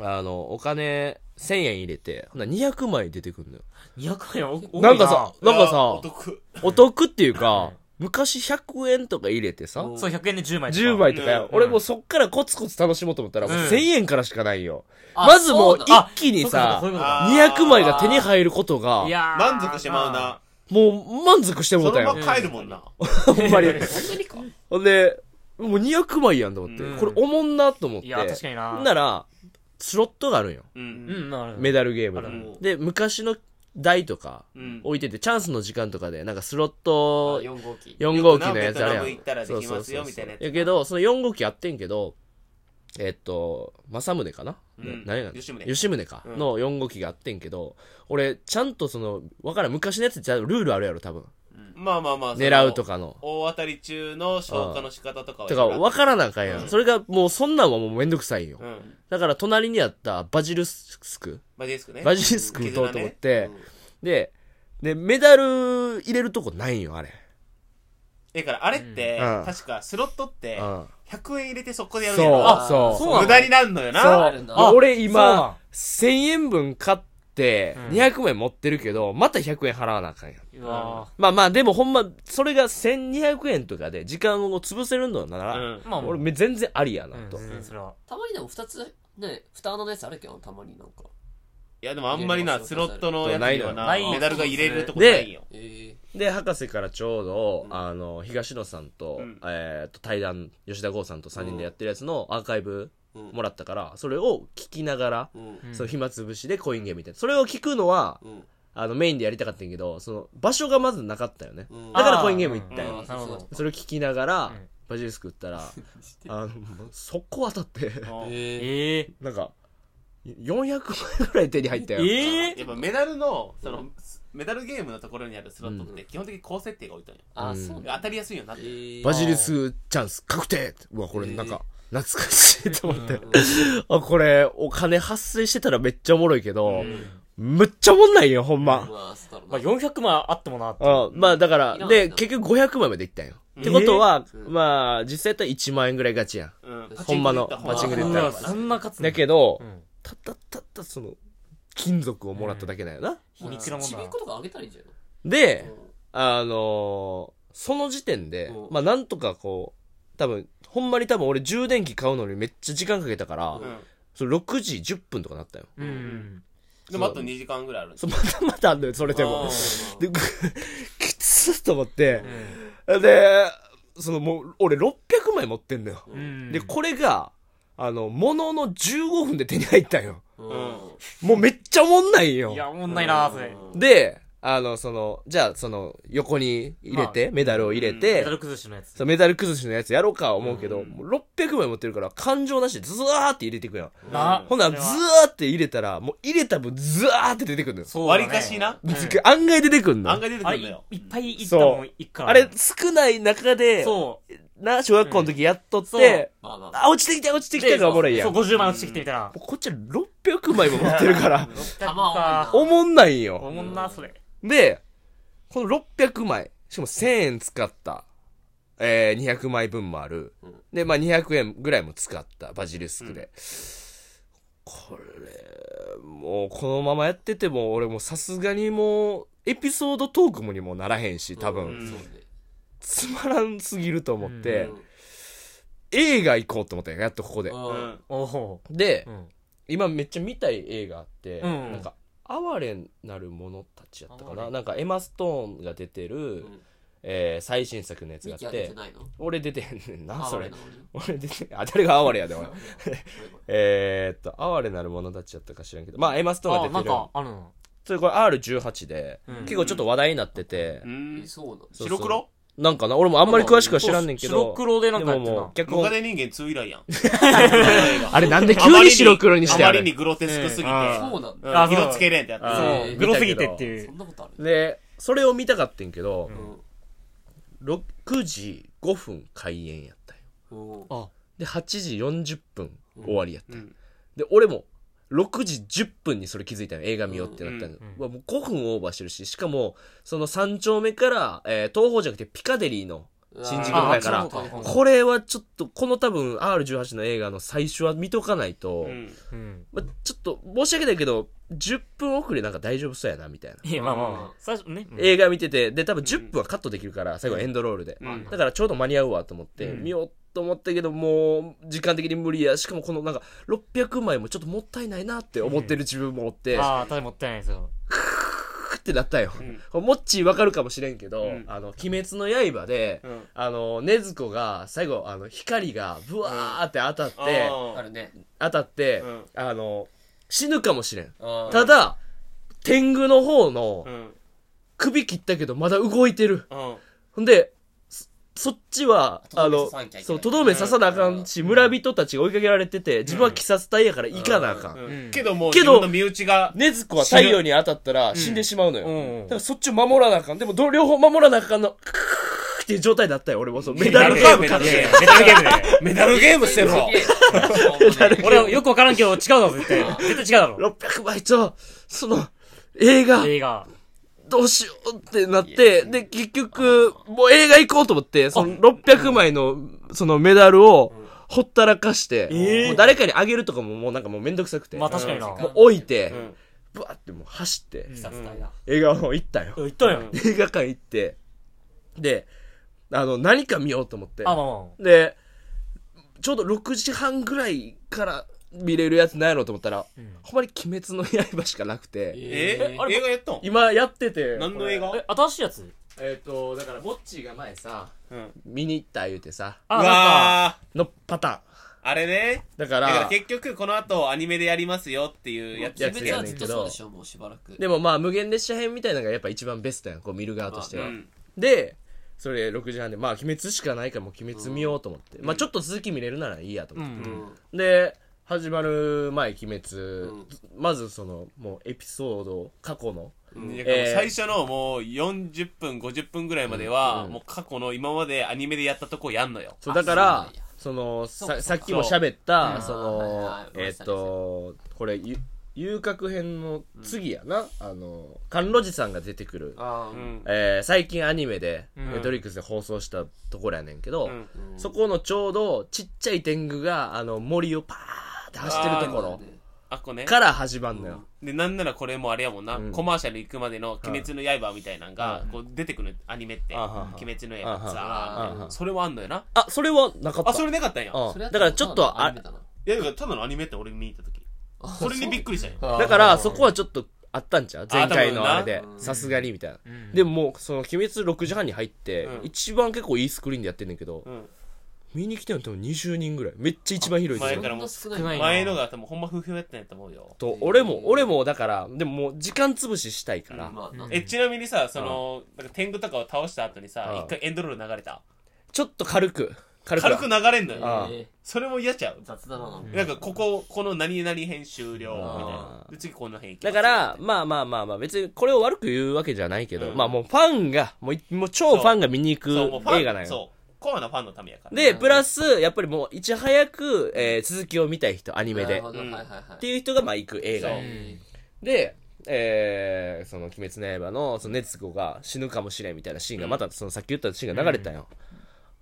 Speaker 1: あの、お金1000円入れて、ほんなら200枚出てくるのよ。
Speaker 2: 200円お多い
Speaker 1: なんかさ、なんか
Speaker 4: あお
Speaker 1: さ、
Speaker 4: 得。
Speaker 1: お得っていうか、昔100円とか入れてさ、
Speaker 2: そう、100円で10枚とか。
Speaker 1: 10枚とかや
Speaker 4: うん
Speaker 1: 俺もうそっからコツコツ楽しもうと思ったら、もう
Speaker 2: うん
Speaker 1: 1000円からしかないよ。
Speaker 3: あ
Speaker 1: まずもう
Speaker 3: そうなん
Speaker 1: 一気にさ
Speaker 2: そう、いうことか
Speaker 4: あ
Speaker 1: 200枚が手に入ること
Speaker 2: そういうことか
Speaker 1: が
Speaker 2: い、やー
Speaker 4: 満足してまうな。。
Speaker 1: もう満足しても
Speaker 4: そう
Speaker 1: た
Speaker 4: の
Speaker 1: よ。
Speaker 4: ま帰るもんな。
Speaker 1: ほんま
Speaker 4: <laughs>
Speaker 1: に。
Speaker 3: 本当にか。
Speaker 1: ほんで、もう200枚やんと思って、
Speaker 4: うん
Speaker 1: これおもんなと思って。
Speaker 2: いや、確かにな。
Speaker 1: ほんなら、スロットがあるんよ。
Speaker 4: う。
Speaker 2: うんん、なるほど
Speaker 1: メダルゲーム
Speaker 2: ある
Speaker 1: の。
Speaker 4: もう
Speaker 1: で、昔の台とか
Speaker 4: うん。
Speaker 1: 置いてて、チャンスの時間とかで、なんかスロッ
Speaker 3: あ
Speaker 1: ト
Speaker 3: 4号機。
Speaker 1: 4号機のやつあ
Speaker 4: よくなベトナム
Speaker 1: る
Speaker 4: 行った
Speaker 1: や
Speaker 4: ら
Speaker 1: ん。
Speaker 4: できますよみたいなやつ
Speaker 1: やけど、その4号機やってんけど、えっと、政宗かな、
Speaker 4: うん
Speaker 1: 何や
Speaker 4: 吉宗
Speaker 1: 吉宗か。
Speaker 4: うん
Speaker 1: の4号機があってんけど、俺、ちゃんとその、わからん、昔のやつってルールあるやろ、多分。
Speaker 4: まあまあまあ。その
Speaker 1: 狙うと。かの。
Speaker 4: 大当たり中の消化の仕方とかは。
Speaker 1: とか、わからなあかんや
Speaker 4: うん
Speaker 1: ん。それが、もうそんなんはもうめんどくさいんよ。
Speaker 4: うん。
Speaker 1: だから隣にあったバジルスク
Speaker 4: マジですくね。
Speaker 1: バジルスク打とうと
Speaker 4: 絆
Speaker 1: 思っ
Speaker 4: ね
Speaker 1: て、で、で、メダル入れるとこないんよ、あれ。
Speaker 4: え、からあれって
Speaker 1: うん、
Speaker 4: 確かスロットって
Speaker 1: う、ん。
Speaker 4: 100円入れてそこでや
Speaker 1: そう
Speaker 4: るやろ。、
Speaker 1: そう。
Speaker 2: そう
Speaker 1: そう
Speaker 2: なの
Speaker 4: 無駄になんのよな。
Speaker 3: あるな
Speaker 1: で俺
Speaker 2: そうなん
Speaker 1: 今、1000円分買って、
Speaker 2: うん
Speaker 1: 200円持ってるけど、また100円払わなあかんやん。
Speaker 2: うわ
Speaker 1: まあまあ、でもほんま、それが1200円とかで時間を潰せるのな
Speaker 4: う
Speaker 1: ら、
Speaker 4: ん
Speaker 2: ー。まあ、
Speaker 1: 俺め全然ありやな
Speaker 2: うん、
Speaker 1: と。
Speaker 2: 全然それは。
Speaker 3: たまにでも2つ、ね、2穴のやつあるけど、たまになんか。
Speaker 4: いや、でもあんまりな、スロットのやつにはな、
Speaker 2: ないの
Speaker 4: メダルが入れるとこないよ。
Speaker 3: え
Speaker 1: で、博士からちょうど、あの、東野さんと、
Speaker 4: うん
Speaker 1: えっと、対談、吉田剛さんと3人でやってるやつのアーカイブ
Speaker 3: うん
Speaker 1: もらったから、それを聞きながら、
Speaker 3: ー。うん。
Speaker 2: うん
Speaker 1: その暇つぶしでコインゲームみたいな。それを聞くのは、
Speaker 3: うん。
Speaker 1: あの、メインでやりたかったんやけど、その、場所がまずなかったよね。
Speaker 3: うん
Speaker 1: だからコインゲーム行った
Speaker 2: あ
Speaker 1: よ
Speaker 2: ー。なるほど。
Speaker 1: それを聞きながら
Speaker 2: ん、
Speaker 1: バジリスク打った
Speaker 3: <laughs>
Speaker 1: ら、あの、速攻当たって、
Speaker 3: えー。
Speaker 2: ええ。
Speaker 1: なんか、400枚ぐらい手に入ったよ。
Speaker 2: ええ
Speaker 4: やっぱメダルの、その、メダルゲームのところにあるスロットって、基本的に高設定が置いたんよ。
Speaker 3: あ、
Speaker 1: うん
Speaker 3: そう
Speaker 4: 当
Speaker 3: だ。
Speaker 4: たりやすいようになって
Speaker 3: え
Speaker 4: る。
Speaker 3: ー。
Speaker 1: バジリスクチャンス確定うわ、これなんか、懐かしいと思って。あ、これ、お金発生してたらめっちゃおもろいけど、めっちゃおもんないよ、ほんま。
Speaker 3: まあ、そうだろう
Speaker 2: まあ、
Speaker 3: な。
Speaker 2: 400枚あってもなって。
Speaker 1: うん、まあだか
Speaker 3: いら
Speaker 1: ら、
Speaker 3: んな
Speaker 1: で、結局500枚までいったんよ。ってことは、
Speaker 3: うん
Speaker 1: まあ、実際やったら1万円ぐらい勝ちやん。
Speaker 4: うん
Speaker 1: ほんまの
Speaker 4: パ
Speaker 1: パチンコで
Speaker 4: 行
Speaker 1: 言
Speaker 4: っ
Speaker 1: ったた
Speaker 2: う
Speaker 1: ら
Speaker 2: わそんな勝つの
Speaker 1: だけど
Speaker 2: う、ん
Speaker 1: たったったったその、金属をもらっただけだよな。
Speaker 2: 秘密のも
Speaker 3: ちびっ
Speaker 2: ん
Speaker 3: ことかあげたらいいんじゃない
Speaker 1: で
Speaker 3: の、
Speaker 1: あのーその時点で
Speaker 3: う、ん
Speaker 1: まあなんとかこう、多分、ほんまに多分俺充電器買うのにめっちゃ時間かけたから、
Speaker 4: うん
Speaker 1: その6時10分とかなったよ。
Speaker 2: うん。
Speaker 4: でもあと2時間ぐらいあるんです
Speaker 1: そうまたまたあんのよ、それでも。
Speaker 4: あ
Speaker 1: で、ぐ <laughs> きつっと思って
Speaker 2: う。ん
Speaker 1: で、そのもう、俺600枚持ってんのよ。
Speaker 2: うん。
Speaker 1: で、これが、あの、ものの15分で手に入ったんよ。
Speaker 3: うん
Speaker 4: うん
Speaker 1: もうめっちゃおもんない
Speaker 2: い
Speaker 1: よ。
Speaker 2: や、おもんないなー、それ。
Speaker 1: で、あの、その、じゃあ、その、横に入れて、メダルを入れ
Speaker 2: メ
Speaker 1: て
Speaker 2: タ、ル崩しのやつ。
Speaker 1: そうメダル崩しのやつやろうか思うけど、もう600枚持ってるから、感情なしでズワーって入れていくやん。
Speaker 2: な
Speaker 1: ほんな
Speaker 2: そ
Speaker 1: ら、
Speaker 2: れ
Speaker 1: ズ
Speaker 2: は
Speaker 1: ワーって入れたら、もう入れた分、ズワーって出てくるのよ。
Speaker 2: そうだね
Speaker 4: 割かしな。
Speaker 2: うん
Speaker 1: 案外出てくんの。
Speaker 4: 案外出てく
Speaker 2: あ
Speaker 4: るん
Speaker 2: れ、
Speaker 4: だ
Speaker 2: い
Speaker 4: よ。
Speaker 2: いっぱいいった
Speaker 1: そう
Speaker 2: もん、いっから。
Speaker 1: あれ、、少ない中で、
Speaker 2: そう。
Speaker 1: な、小学校の時やっとっ
Speaker 2: うんそう
Speaker 1: て、
Speaker 3: まあまあ、
Speaker 1: あ、落ちてきた落ちてきたがおもろいやん。
Speaker 2: そう、
Speaker 1: もう
Speaker 2: 50万落ちてきてみたいな。
Speaker 1: こっちは600枚も持ってるから、 <laughs>
Speaker 2: やっ
Speaker 3: まあ
Speaker 2: ぱ
Speaker 1: おもんないん
Speaker 2: お
Speaker 1: よ。
Speaker 2: もんな、それ。
Speaker 1: で、この600枚、しかも1000円使った、えー、200枚分もある。で、まあ200円ぐらいも使った、バジリスクで。これ、もうこのままやってても、俺もうさすがにもう、エピソードトークもにもならへんし、多分、
Speaker 4: うん
Speaker 3: そうね
Speaker 1: つまらんすぎると思って、
Speaker 3: うん
Speaker 1: 映画行こうと思ったよ、やっとここで。
Speaker 4: う
Speaker 3: うん
Speaker 4: ん。
Speaker 2: おお。
Speaker 1: で、
Speaker 2: うん。
Speaker 1: 今めっちゃ見たい映画あって、
Speaker 2: うん
Speaker 1: なんか哀れなる者たちやったか
Speaker 3: 哀
Speaker 1: な
Speaker 3: れ
Speaker 1: なんかエマ・ストーンが出てる、
Speaker 3: ん
Speaker 1: えー最新作のやつ
Speaker 3: ミ
Speaker 1: が
Speaker 3: キ
Speaker 1: あっ
Speaker 3: は
Speaker 1: て
Speaker 3: 出てないの
Speaker 1: 俺出てへんねんなそれ
Speaker 3: あ俺なのに
Speaker 1: 俺出てあ誰が哀れやでおい
Speaker 3: こ
Speaker 1: えーっと哀れなる者たちやったか知らんけどまあエマ・ストー
Speaker 2: あ、
Speaker 1: ンが
Speaker 2: な
Speaker 1: 出
Speaker 2: ん
Speaker 1: てる
Speaker 2: か、あるの。
Speaker 1: それこれ R18 で、
Speaker 2: うん
Speaker 1: 結構ちょっと話題になってて、
Speaker 3: れこ
Speaker 4: う
Speaker 3: れ
Speaker 4: ん
Speaker 3: <laughs> え。そうなの
Speaker 1: そう
Speaker 4: 白黒
Speaker 1: なんかな俺もあんまり詳しくは知らんねんけ
Speaker 2: そう
Speaker 1: ど
Speaker 2: 白黒でなんかや
Speaker 1: で
Speaker 2: っ
Speaker 1: も
Speaker 2: て
Speaker 1: も
Speaker 2: な
Speaker 1: う。脚
Speaker 4: モカ
Speaker 1: 本
Speaker 4: デ人間2以来やん。
Speaker 1: あれなんで急に白黒にしてあ
Speaker 4: あまり
Speaker 1: れ
Speaker 4: にグロテスクすぎて。
Speaker 2: ええ
Speaker 3: そうなんだ
Speaker 4: う
Speaker 2: あ
Speaker 4: ん
Speaker 2: そう
Speaker 4: 色つけれんってや
Speaker 2: あ
Speaker 4: つ。
Speaker 2: ー
Speaker 3: えー
Speaker 2: グロすぎてっていう
Speaker 3: そ。んなことある
Speaker 1: でそれを見たかってんけど、
Speaker 3: うん
Speaker 1: 6時5分開演やったよ
Speaker 3: うん
Speaker 1: で8時40分終わりやったよ、
Speaker 4: うん
Speaker 1: で俺も6時10分にそれ気づいたよ映画見ようってなったの、
Speaker 4: うん
Speaker 2: うん
Speaker 1: うわもう5分オーバーしてるししかもその三丁目から、えー東方じゃなくてピカデリーの新宿の
Speaker 2: あ
Speaker 1: だ
Speaker 2: あ、
Speaker 1: から
Speaker 2: そうか。
Speaker 1: これはちょっとこの多分 R18 の映画の最初は見とかないと、
Speaker 4: うん。
Speaker 2: うん。
Speaker 1: まあ、ちょっと申し訳ないけど10分遅れなんか大丈夫そうやなみたいない
Speaker 2: や、まあまあまあ。最初ね。うん
Speaker 1: 映画見ててで多分10分はカットできるから最後エンドロールで、
Speaker 4: うん
Speaker 1: だからちょうど間に合うわと思って、
Speaker 2: うん
Speaker 1: 見ようと思ったけどもう時間的に無理やしかもこのなんか600枚もちょっともったいないなって思ってる自分もおって、
Speaker 2: ああ、確かに持ってないですよ。
Speaker 1: クってなったよ、
Speaker 4: ん
Speaker 1: これもっちーわかるかもしれんけど「
Speaker 4: うん
Speaker 1: あの鬼滅の刃で」
Speaker 4: うん
Speaker 1: あの禰豆子が最後あの光がブワーって当たっ
Speaker 4: あ
Speaker 1: て、
Speaker 3: あ
Speaker 4: ー
Speaker 3: るね
Speaker 1: 当たって、
Speaker 4: うん
Speaker 1: あの死ぬかもしれん
Speaker 3: あー
Speaker 1: ただ天狗の方の
Speaker 4: うん。うん。
Speaker 1: 首切ったけどまだ動いてる、
Speaker 4: うん。
Speaker 1: ほんで、そそっちは、あ
Speaker 3: とどめ
Speaker 1: の
Speaker 3: 刺さなきゃいけない、
Speaker 1: そう、とどめ刺さなあかんし、村人たちが追いかけられてて、自分は鬼殺隊やから行かなあかん。
Speaker 4: うん
Speaker 2: うん
Speaker 4: けどもう、
Speaker 1: け
Speaker 4: 自
Speaker 1: ど
Speaker 4: 分の身内が、
Speaker 1: 禰豆子は太陽に当たったら死んでしまうのよ。
Speaker 2: うん
Speaker 1: だからそっちを守らなあかん。でも、ど両方守らなあかんの、クーっていう状態だったよ、俺も。そう、メダルゲーム
Speaker 4: メダ
Speaker 1: か
Speaker 4: ル
Speaker 1: け
Speaker 4: ゲ
Speaker 1: て。
Speaker 4: ーム。メダルゲームで。メダルゲームしてろ。
Speaker 2: 俺はよくわからんけど、違うだろ、絶対。絶対違うだ
Speaker 1: <laughs>
Speaker 2: ろ。
Speaker 1: 600倍と、その、映画、
Speaker 2: 映画。
Speaker 1: どうしようってなって、で、結局、もう映画行こうと思って、その600枚の、そのメダルを、ほったらかして、
Speaker 2: えー
Speaker 1: もう誰かにあげるとかももうなんかもうめんどくさくて。
Speaker 2: まあ確かにな。
Speaker 1: もう置いて、
Speaker 4: うん
Speaker 1: ブワってもう走って、
Speaker 2: ん
Speaker 3: さすがだ
Speaker 1: 映画の行ったよ。
Speaker 2: 言ったやん。
Speaker 1: 映画館行って、で、あの、何か見ようと思って。
Speaker 2: あ、まあま
Speaker 1: で、ちょうど6時半ぐらいから見れるやつないのと思ったら、
Speaker 2: ん
Speaker 1: ほんまに鬼滅の刃しかなくて、
Speaker 4: え
Speaker 2: あれ
Speaker 4: 映画やったん
Speaker 1: 今やってて、
Speaker 4: 何の映
Speaker 1: こ
Speaker 4: 画
Speaker 2: あ。え、新しいやつ
Speaker 1: れえっ、と、だから、ぼっちが前さ、
Speaker 4: うん。
Speaker 1: 見に行った言うてさ、
Speaker 2: あ、
Speaker 4: う
Speaker 2: なんか。
Speaker 4: わ
Speaker 1: のパタ
Speaker 4: ーあれね。
Speaker 1: ーン。だか
Speaker 4: だから
Speaker 1: ら、
Speaker 4: 結局、この後アニメでやりますよっていうやつ
Speaker 1: や
Speaker 3: 鬼
Speaker 1: つ
Speaker 3: 滅
Speaker 1: や
Speaker 3: は
Speaker 1: ね
Speaker 3: ず
Speaker 1: ん
Speaker 3: っ
Speaker 1: け
Speaker 3: とそう
Speaker 1: ど
Speaker 3: で、しょもうしばらく
Speaker 1: でもまあ、無限列車編みたいなのがやっぱ一番ベストやん、こう見る側として
Speaker 4: う
Speaker 1: は。
Speaker 4: ん。
Speaker 1: でそれ6時半でまあ鬼滅しかないからもう鬼滅見ようと思って、まあちょっと続き見れるならいいやと
Speaker 2: う
Speaker 1: 思って、
Speaker 2: ん。
Speaker 1: で始まる前鬼滅、
Speaker 3: ん
Speaker 1: まずそのもうエピソード過去の
Speaker 4: うん
Speaker 1: えー
Speaker 4: 最初のもう40分、50分ぐらいまでは、
Speaker 1: うん
Speaker 4: もう過去の今までアニメでやったとこやんのよ。
Speaker 1: そうだから
Speaker 3: そうなんや
Speaker 1: その
Speaker 3: そう
Speaker 1: さ
Speaker 3: か
Speaker 1: さっきも喋ったそ
Speaker 3: そううん
Speaker 1: の
Speaker 3: はいはい
Speaker 1: えっ、とこれゆ遊郭編の次やな、あの甘露寺さんが出てくる、
Speaker 3: あ
Speaker 4: う
Speaker 3: ー
Speaker 4: ん。
Speaker 1: えー最近アニメで、
Speaker 2: ん
Speaker 1: ネットリックスで放送したところやねんけど、
Speaker 4: うん
Speaker 1: そこのちょうどちっちゃい天狗があの森をパーって走ってるところ
Speaker 4: あっこね。
Speaker 1: から始まんのよ、
Speaker 4: で、なんならこれもあれやもんな、
Speaker 1: うん
Speaker 4: コマーシャル行くまでの鬼滅の刃みたいなのが、こう出てくるアニメって、
Speaker 1: あはは
Speaker 4: 鬼滅の
Speaker 1: あはは
Speaker 4: 刃ザーみたい
Speaker 1: あはは
Speaker 4: な。それはあんのよな。
Speaker 1: あそれはなかった
Speaker 4: あ、それなかったんや。
Speaker 1: うん
Speaker 3: それやった
Speaker 1: だか
Speaker 3: ら
Speaker 1: らちょっと
Speaker 3: ア
Speaker 1: あ
Speaker 3: ニメだな
Speaker 4: いや、だからただのアニメって俺見に行った時。これにびっくりしたんよ。
Speaker 1: だから、そこはちょっとあったんちゃう
Speaker 4: あ
Speaker 1: 前
Speaker 4: ー
Speaker 1: 回のあれ
Speaker 4: 多
Speaker 1: で
Speaker 3: 分、な
Speaker 1: さすがにみたいな。
Speaker 2: うん
Speaker 1: でももう、その、鬼滅6時半に入って
Speaker 4: う、ん
Speaker 1: 一番結構いいスクリーンでやってんねんけど
Speaker 4: う、ん。
Speaker 1: 見に来てんの多分20人ぐらい。めっちゃ一番広いです
Speaker 4: 前
Speaker 1: よ
Speaker 4: か。らもう
Speaker 3: そんな
Speaker 2: 少
Speaker 3: 少
Speaker 2: な
Speaker 3: ないい
Speaker 2: な
Speaker 4: 前のが多分ほんま不評やったんやと思うよ。
Speaker 1: と、俺も、俺もだから、でももう時間潰ししたいから、
Speaker 3: な。まあ、
Speaker 2: うん
Speaker 4: え、ちなみにさ、その、なんか天狗とかを倒した後
Speaker 1: あ
Speaker 4: に
Speaker 1: あ
Speaker 4: さ、一回エンドロール流れた。
Speaker 1: ちょっと軽く、軽くだ
Speaker 4: 軽く流れんの
Speaker 1: あ
Speaker 4: よ。
Speaker 1: あ
Speaker 3: えー
Speaker 4: それも嫌ちゃう。
Speaker 3: 雑だな。
Speaker 4: なんか、ここ、この何々編終了、みたい
Speaker 1: あ
Speaker 4: な。で、次この辺行きま
Speaker 1: だか
Speaker 4: す
Speaker 1: ら、、まあまあまあまあ、別にこれを悪く言うわけじゃないけど、
Speaker 4: うん
Speaker 1: まあもうファンが、もういもう超ファンが見に行く
Speaker 4: そう、もうフ
Speaker 1: 映画な
Speaker 4: ァ
Speaker 1: ん
Speaker 4: ン、
Speaker 1: よ。
Speaker 4: そう。コアなファンのためやから。
Speaker 1: で、プラス、やっぱりもういち早く、えー続きを見たい人、アニメ
Speaker 3: なる
Speaker 1: で。
Speaker 3: ほ
Speaker 1: っ
Speaker 3: どは
Speaker 4: う
Speaker 3: い
Speaker 4: ん
Speaker 3: はいはい
Speaker 1: ていう人がまあ行く映画
Speaker 4: そう
Speaker 1: やで、えー、その「鬼滅の刃」のその熱子が死ぬかもしれんみたいなシーンが、またそのさっき言ったシーンが流れたんよ、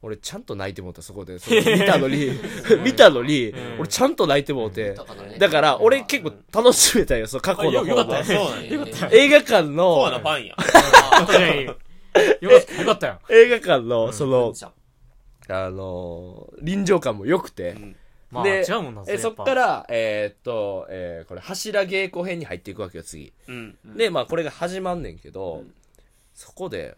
Speaker 1: 俺ちゃんと泣いてもうたそこでその見たのに <laughs> 見たのに、俺ちゃんと泣いてもうて、
Speaker 3: だからね
Speaker 1: だから俺結構楽しめたよその過去の
Speaker 4: あよよ
Speaker 1: 方
Speaker 4: か
Speaker 1: も
Speaker 4: ったそうなんや
Speaker 3: えー
Speaker 1: 映画館
Speaker 4: コア
Speaker 1: の
Speaker 4: なファンや。
Speaker 2: 確かに。よかったよかったよ。
Speaker 1: 映画館のその、
Speaker 3: じゃあ
Speaker 1: あのー臨場感も良くて、
Speaker 2: まあ、
Speaker 1: で
Speaker 2: 違うもんな、
Speaker 1: えそっか
Speaker 2: やぱ、
Speaker 1: らえーっと、えーこれ柱稽古編に入っていくわけよ次
Speaker 4: うん。
Speaker 1: で、まあ、これが始まんねんけど、そこで、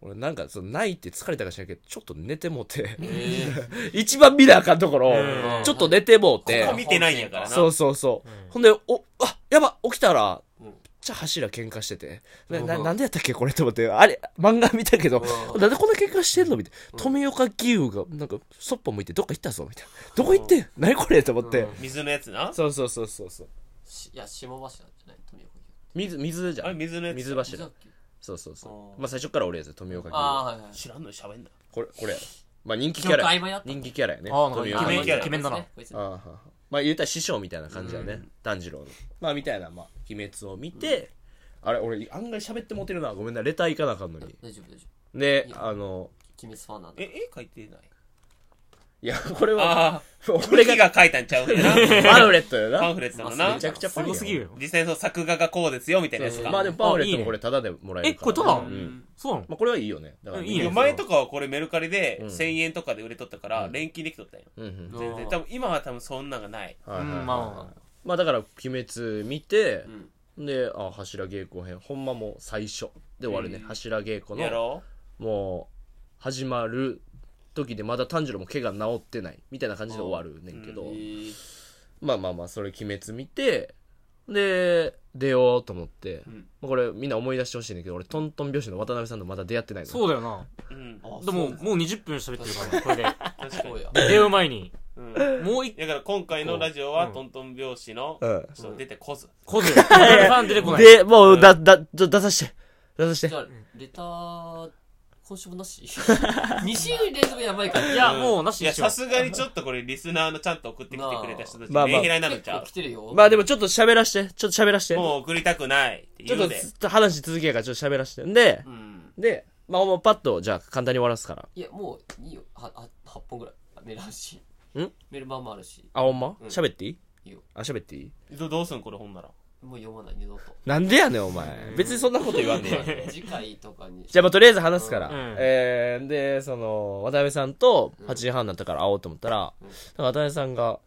Speaker 1: 俺なんか、その、泣いて疲れたかしらんけど、ちょっと寝てもうて、
Speaker 3: えー
Speaker 1: <laughs> 一番見なあかんところ、
Speaker 2: うん
Speaker 1: ちょっと寝てもうて
Speaker 4: ここ、見てないんやからな。
Speaker 1: そうそうそう。
Speaker 2: うん
Speaker 1: ほんで、お、あ、やば、起きたら、
Speaker 4: うん
Speaker 1: めっちゃ柱喧嘩してて、な、
Speaker 3: うん
Speaker 1: ななんでやったっけこれと思って、あれ、漫画見たけど、
Speaker 3: うん
Speaker 1: なんでこんな喧嘩してんのみたいな。富岡義勇が、なんか、そっぽ向いてどっか行ったぞ、みたいな。どこ行ってん何これと思って
Speaker 3: う。
Speaker 4: 水のやつな。
Speaker 1: そうそうそうそうそう。
Speaker 3: しいや、下柱じゃない、富岡
Speaker 1: 水、水じ
Speaker 4: あ
Speaker 1: ゃ
Speaker 4: れ、
Speaker 1: ん。
Speaker 4: 水のやつ。
Speaker 1: 水
Speaker 3: 牛。
Speaker 1: 柱
Speaker 3: だっ。け
Speaker 1: そうそうそ
Speaker 4: あ
Speaker 1: う。
Speaker 4: ー
Speaker 1: まあ、最初から俺やつ、富岡義勇。
Speaker 3: ああ、はいはい。
Speaker 4: 知らんのに喋んな。
Speaker 1: これ、これ。まあ人気キ
Speaker 3: 記
Speaker 1: ャ
Speaker 3: 憶
Speaker 1: ラ
Speaker 3: 曖
Speaker 1: や。
Speaker 3: 昧だった。
Speaker 1: 人気キャラやね。
Speaker 2: あーなんか
Speaker 1: 富
Speaker 2: イ
Speaker 1: 岡
Speaker 2: ケメン
Speaker 1: 義勇
Speaker 2: イケメンだな
Speaker 3: こいつね。
Speaker 1: あ
Speaker 3: こ
Speaker 1: ーははまあ言うたら師匠みたいな感じだね。炭治郎の。まあみたいな、まあ、鬼滅を見て、あれ、俺案外喋ってモテるな。ごめんな、レター行かなあかんの
Speaker 3: い
Speaker 1: に
Speaker 3: つ。大丈夫大丈
Speaker 1: で
Speaker 3: い、や
Speaker 1: あの、
Speaker 3: 夫。鬼滅ファンなんで。
Speaker 4: え、絵描いてない
Speaker 1: いや、これは、
Speaker 4: ああ。
Speaker 1: 俺
Speaker 4: 俺
Speaker 1: が
Speaker 4: が描いたんちゃうんや
Speaker 1: <laughs>
Speaker 4: な。
Speaker 1: パンフレットや
Speaker 4: パン
Speaker 1: な。
Speaker 4: フレットの
Speaker 3: まあ
Speaker 4: な
Speaker 1: めち。ゃくちゃパンや
Speaker 2: すごすぎるよ。
Speaker 4: 実際その作画がこうですよ、みたいなやつか。
Speaker 1: まあでもパンフレット
Speaker 2: あいい
Speaker 1: も
Speaker 2: ね
Speaker 1: これタダでもらえる
Speaker 2: え、
Speaker 1: から。
Speaker 2: これただ
Speaker 4: うん
Speaker 2: そうなの
Speaker 1: まあこれはいいよね。だから
Speaker 2: うんいいね
Speaker 4: 前とかはこれメルカリで
Speaker 1: うん
Speaker 4: 1000円とかで売れとったから、
Speaker 1: うん
Speaker 4: 連金できとったんよ。
Speaker 1: うんうん。
Speaker 4: 全然。
Speaker 3: あー
Speaker 4: 多分今は多分そんなんがない。
Speaker 1: はいはいはい
Speaker 2: うんま
Speaker 1: まあだから、鬼滅見て
Speaker 3: う、ん。
Speaker 1: で、あ、柱稽古編、ほんまもう最初で終わるね。
Speaker 4: うん
Speaker 1: 柱稽古
Speaker 4: や
Speaker 1: の
Speaker 4: ろ
Speaker 1: もう始まる時でまだ炭治郎も怪我治ってないみたいな感じで終わるねんけど、
Speaker 4: う
Speaker 3: えー
Speaker 1: まあまあまあそれ鬼滅見てで出ようと思って、
Speaker 4: ん
Speaker 1: まあこれみんな思い出してほしいねんだけど俺トントン拍子の渡辺さんとまだ出会ってないの
Speaker 2: そうだよな。
Speaker 4: うん。
Speaker 3: あ
Speaker 2: でも、もう20分喋って <laughs> るからな、こ
Speaker 4: 確か
Speaker 3: そう
Speaker 4: に。
Speaker 3: や。
Speaker 2: れで。出会う前に。
Speaker 4: うん
Speaker 2: もう一
Speaker 4: だから今回のラジオは、
Speaker 2: うん
Speaker 4: トントン拍子の、
Speaker 1: うん
Speaker 4: ちょっと出てこず。
Speaker 2: 個ず。さん <laughs> 出てこない。
Speaker 1: でもうだ、だちょ出さして出さし
Speaker 3: じ
Speaker 1: て
Speaker 3: ゃあ、レター、今週もなし <laughs> 二週連続やばいから。
Speaker 2: い
Speaker 3: い
Speaker 2: や、
Speaker 4: うん
Speaker 2: もうなし
Speaker 4: い
Speaker 2: に
Speaker 4: や、
Speaker 2: しよ
Speaker 4: さす
Speaker 2: う。
Speaker 4: がにちょっとこれリスナーのちゃんと送ってきてくれた人たち、
Speaker 1: まあ
Speaker 4: メンヘラになるんち
Speaker 3: 結
Speaker 4: ゃ
Speaker 3: 構
Speaker 4: う
Speaker 3: 来てるよ。
Speaker 1: まあでもちょっと喋らしてちょっと喋らして
Speaker 4: もう送りたくないって
Speaker 1: ち
Speaker 4: 言
Speaker 1: ょ
Speaker 4: う
Speaker 1: っ
Speaker 4: で。
Speaker 1: と話続きやからちょっと喋らしてんで
Speaker 3: う、ん。
Speaker 1: でまあもうパッとじゃあ簡単に終わらすから
Speaker 3: いや、もういいよ。は、は、8本ぐらい。メールあるし。ん
Speaker 1: ん
Speaker 3: メール版もあるし。
Speaker 1: あほんま喋、っていい
Speaker 3: いいよ。
Speaker 1: あ喋っていい
Speaker 4: どどうすんこれほんなら。
Speaker 3: もう読まない、二度と。
Speaker 1: なんでやねんお前別にそんなこと言わんねん
Speaker 3: <laughs> 次回とかに。
Speaker 1: じゃあ、まあ、とりあえず話すから。
Speaker 2: うん
Speaker 1: えー、で、その、渡辺さんと8時半になったから会おうと思ったら、なんか渡辺さんが、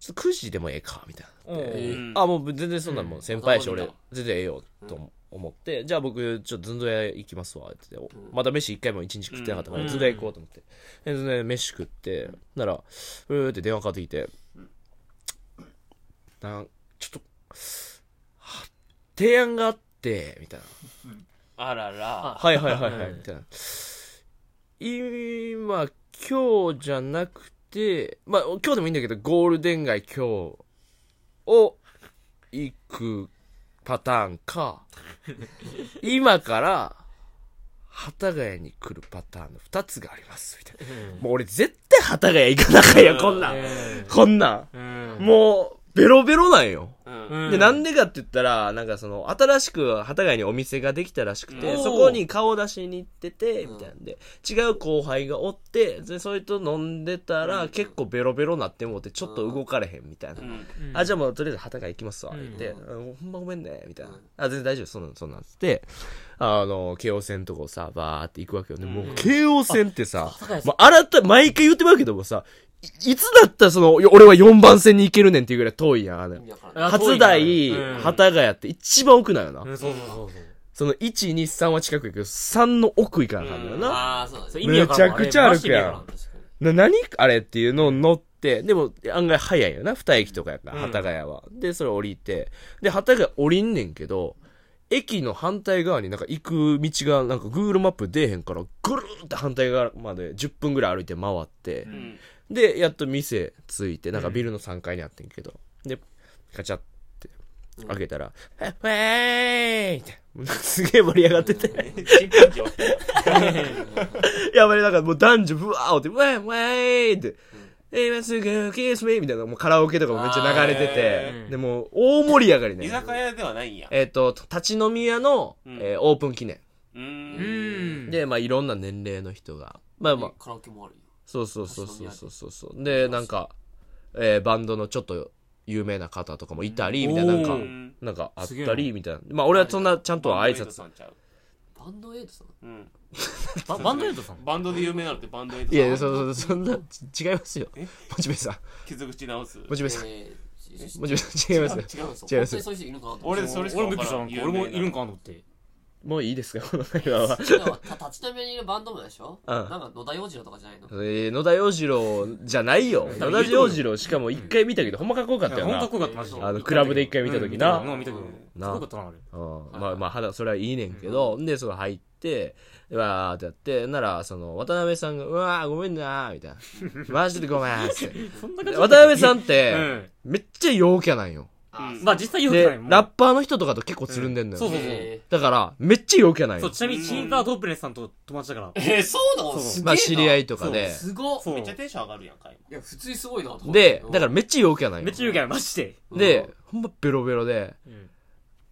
Speaker 1: ちょっと9時でもええか、みたいな。
Speaker 2: うん
Speaker 4: う
Speaker 1: で
Speaker 4: ん
Speaker 1: あ、もう全然そんなんもう先輩やし、
Speaker 3: うん
Speaker 1: 俺、全然ええよ、と思って、じゃあ僕、ちょっとずんどう屋行きますわ、って言って、おまた飯一回も一日食ってなかったから、
Speaker 2: うん
Speaker 1: ずんどう屋行こうと思って。で、ずんどう屋で飯食って、なら、うーって電話かかってきて、なん、ちょっと、は提案があって、みたいな。
Speaker 4: あらら。
Speaker 1: はいはいはいはい、
Speaker 2: うん
Speaker 1: <laughs> みたいな。今、今日じゃなくて、まあ、今日でもいいんだけど、ゴールデン街今日を行くパターン <laughs> か、今から、幡ヶ谷に来るパターンの二つがあります、みたいな。もう俺絶対幡ヶ谷行かなあかんや、こんなん。こんなん。
Speaker 2: うん。
Speaker 1: もう、ベロベロなんよ。
Speaker 4: うん。
Speaker 1: で、なんでかって言ったら、なんかその、新しく、幡ヶ谷にお店ができたらしくて、
Speaker 2: うん
Speaker 1: そこに顔出しに行ってて、
Speaker 3: うん
Speaker 1: みたいなんで、違う後輩がおって、で、それと飲んでたら、結構ベロベロなってもうて、ちょっと動かれへん、みたいな
Speaker 4: う。ん。
Speaker 2: うん
Speaker 1: あ、じゃあもうとりあえず旗が行きますわ、
Speaker 2: う
Speaker 1: 言
Speaker 2: ん
Speaker 1: って、うんほんまごめんね、みたいな
Speaker 3: うん。
Speaker 1: あ、全然大丈夫、そんなん、そんなんつって、あの、京王線のとこさ、バーって行くわけよね。もう、京王線ってさ、まあ、改め、毎回言ってまうけどもさ、いつだったらその、よ俺は4番線に行けるねんっていうぐらい遠いやん、あれ
Speaker 3: 意。味わから
Speaker 2: あ
Speaker 3: ない。
Speaker 1: 初台、
Speaker 2: うん
Speaker 1: 幡ヶ谷って一番奥なんよな。
Speaker 2: うん、そうそうそうそう。
Speaker 1: その、1、2、3は近くやけど、3の奥行かな感じだな。
Speaker 3: ああ、そうなん
Speaker 2: そ
Speaker 3: で
Speaker 2: う意味わからん
Speaker 1: めちゃくちゃ歩くやん
Speaker 2: あれマジで意味わ
Speaker 3: すね。
Speaker 1: な、何あれっていうのを乗って、でも案外早いよな、二駅とかやから、
Speaker 2: うん
Speaker 1: 幡ヶ谷は。で、それ降りて、で、幡ヶ谷降りんねんけど、駅の反対側になんか行く道がなんか Google マップ出えへんから、ぐるーって反対側まで10分ぐらい歩いて回って、
Speaker 4: うん
Speaker 1: で、やっと店着いて、なんかビルの3階にあってんけど、で、ガチャって開けたら、え、ウェーイって、すげえ盛り上がってて。
Speaker 4: チンパンジーおって
Speaker 1: <laughs> やばい、なんかもう男女ブワーって、ウェイウェイって、今すぐキスミみたいな、もうカラオケとかもめっちゃ流れて
Speaker 4: あ
Speaker 1: て
Speaker 2: ー、
Speaker 1: で、もう大盛り上がり
Speaker 4: 居
Speaker 1: ね。
Speaker 4: 酒屋ではないんや。
Speaker 1: えっ、と、立ち飲み屋の、
Speaker 4: うん
Speaker 1: えーオープン記念。
Speaker 4: う
Speaker 2: う
Speaker 4: ーん。
Speaker 2: ん。
Speaker 1: で、まあいろんな年齢の人が、まあまあ、
Speaker 3: カラオケもあるよ。
Speaker 1: そうそうそうそうそうそうそう。で、なんか、えーバンドのちょっと有名な方とかもいたり、みたいな、なん
Speaker 2: う
Speaker 1: か
Speaker 2: お、
Speaker 1: なんかあっ
Speaker 2: すげえ
Speaker 1: たり、みたいな。まあ俺はそんなちゃんとは挨
Speaker 4: バ
Speaker 1: 拶
Speaker 4: ンドエイドさ。んちゃう
Speaker 3: バンドエイド
Speaker 1: <laughs>
Speaker 3: さん。
Speaker 4: うん
Speaker 2: ババンドエイドさん
Speaker 4: バンドで有名なのってバンドエイド
Speaker 1: い
Speaker 4: さん。
Speaker 1: や、そうそう、そんな、ち違いますよ。モチベさん。
Speaker 4: 傷口直す。
Speaker 1: モチベさん。
Speaker 3: えー
Speaker 1: モチベさん、違いますよ。
Speaker 3: 違うんですよ。
Speaker 1: <laughs> 違う
Speaker 3: 本当にそういう人いるのかなと思って
Speaker 4: 俺それしか
Speaker 2: 俺も
Speaker 4: 分
Speaker 2: びっ
Speaker 4: か
Speaker 2: くりし
Speaker 4: ら
Speaker 2: た。
Speaker 4: ん
Speaker 2: なんか俺もいるんかなと思って。
Speaker 1: もういいですかこの会話は。
Speaker 3: だから立ち飲みにいるバンドもでしょ
Speaker 1: うん
Speaker 3: なんか野田洋次郎とかじゃないの
Speaker 1: えー、野田洋次郎じゃないよ。野田洋次郎しかも一回見たけど、ほんまかっこよかったよ
Speaker 2: ほんとか
Speaker 1: な
Speaker 2: っ。こよかった、マジで。
Speaker 1: あのクラブで一回見た時な
Speaker 2: うん見たけど
Speaker 1: な
Speaker 2: かっこよかったな、あれ。
Speaker 1: うんまあまあ、はだそれはいいねんけど、で、その入って、うわーってやって、なら、その、渡辺さんが、うわー、ごめんなー、みたいな。
Speaker 2: <laughs>
Speaker 1: マジでごめんっつって。
Speaker 2: そんな
Speaker 1: で
Speaker 2: 感じ。
Speaker 1: 渡辺さんっ
Speaker 2: う
Speaker 1: て、
Speaker 2: ん。
Speaker 1: めっちゃ陽キャなんよ。
Speaker 3: あ
Speaker 4: うん
Speaker 2: まあ実際よくな
Speaker 1: で
Speaker 2: いも、ん。
Speaker 1: ラッパーの人とかと結構つるんでんの
Speaker 2: そう
Speaker 1: よ。
Speaker 2: そうそう。
Speaker 3: え
Speaker 1: だから、めっちゃ陽キャなん
Speaker 2: そ
Speaker 1: よ
Speaker 2: う、。ちなみにシンカー・トープレスさんと友達だから。
Speaker 3: ーえーそうなの
Speaker 2: そう
Speaker 3: すげえな
Speaker 1: まあ、知り合いとかで。
Speaker 3: すごっ
Speaker 2: そう
Speaker 4: めっちゃテンション上がるやんか、
Speaker 3: いや普通にすごいなと思って
Speaker 1: で、だからめっちゃ陽キャなんよ。
Speaker 2: めっちゃ言うけど、マジで。
Speaker 3: うん
Speaker 1: で、ほんまベロベロで、
Speaker 2: うん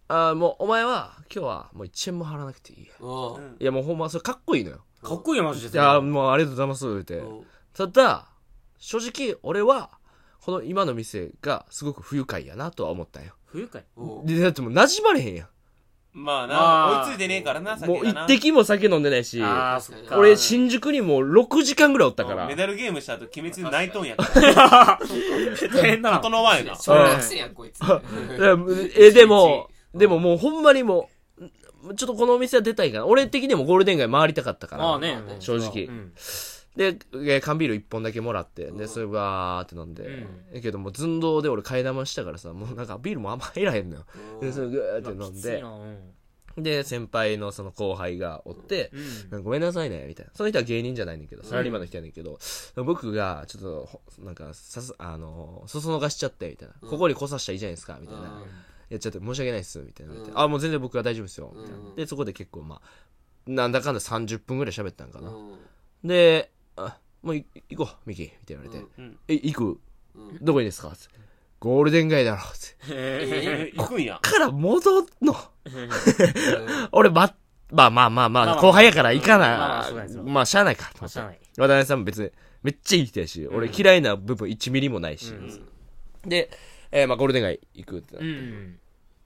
Speaker 1: あーもうお前は今日はもう1円も払わなくていいや。
Speaker 3: うん
Speaker 4: 今。
Speaker 1: いやもうほんまそれかっこいいのよ。
Speaker 2: かっこいいよ、マジ
Speaker 1: い
Speaker 2: で。
Speaker 1: やーもうありがとうございます言うて。ただ、正直俺はこの今の店がすごく不愉快やなとは思ったんよ。
Speaker 2: 冬かい。
Speaker 3: うん
Speaker 1: で、だってもう馴染まれへんや
Speaker 4: まあ
Speaker 2: ま
Speaker 4: な、
Speaker 2: あ
Speaker 4: 追いついてねえからな、
Speaker 1: ん。も
Speaker 4: 酒
Speaker 1: う
Speaker 4: がな。
Speaker 1: 一滴も酒飲んでないし、
Speaker 2: ああ、
Speaker 3: そ
Speaker 2: そ
Speaker 3: っ
Speaker 2: っ
Speaker 3: か
Speaker 2: か。
Speaker 1: 俺新宿にもう6時間ぐらいおったか
Speaker 4: う
Speaker 1: ら。
Speaker 4: んメ
Speaker 1: う
Speaker 4: ダルゲームした後、鬼滅泣いとんやから。
Speaker 2: 大変だな。
Speaker 4: 整わんよな。
Speaker 3: 小学生やんこいつ
Speaker 1: んえ、でも、でももうほんまにもう、ちょっとこのお店は出たいから。俺的にもゴールデン街回りたかったから。
Speaker 2: まあね、
Speaker 1: 正直
Speaker 2: うん
Speaker 1: で、えー缶ビール一本だけもらって、で、それバーって飲んで、えけどもう寸胴で俺替え玉したからさ、もうなんかビールもあんま入らへんのよ。
Speaker 3: う
Speaker 1: で、
Speaker 3: ん
Speaker 1: それぐーって
Speaker 2: まあ
Speaker 1: 飲
Speaker 2: き
Speaker 1: ん
Speaker 2: つい
Speaker 1: で
Speaker 2: な、うん
Speaker 1: で、先輩のその後輩がおって、
Speaker 2: うん。
Speaker 1: なんかごめんなさいね、みたいな。その人は芸人じゃないねんだけど、サラリーマンの人やねんけど、僕が、ちょっとほ、なんか、さす、あのー、そそのかしちゃって、みたいな。ここに来させたらいいじゃないですか、みたいな。やっちゃって、申し訳ないっす、みたいな。
Speaker 3: うん
Speaker 1: あ、もう全然僕は大丈夫ですよ、みたい
Speaker 3: うん
Speaker 1: な。で、そこで結構、まあ、なんだかんだ30分ぐらい喋ったんか
Speaker 3: う
Speaker 1: な。
Speaker 3: ん
Speaker 1: で、あ、もうい行こう、ミキ、みたいな言われて。
Speaker 4: うん
Speaker 1: え、行く
Speaker 3: うん
Speaker 1: どこにですかつってゴールデン街だろ。つって
Speaker 4: え行くんや。
Speaker 1: から戻んの。俺、ま、まあまあまあまあ、後輩やから行か
Speaker 2: まあまあ
Speaker 1: な
Speaker 2: そうなんですよ。
Speaker 1: まあ、しゃあないか。
Speaker 2: まあしゃあない
Speaker 1: 渡辺さんも別に、めっちゃいい人やし、俺嫌いな部分1ミリもないし。で、えーまあ、ゴールデン街行くってな
Speaker 2: う。ん。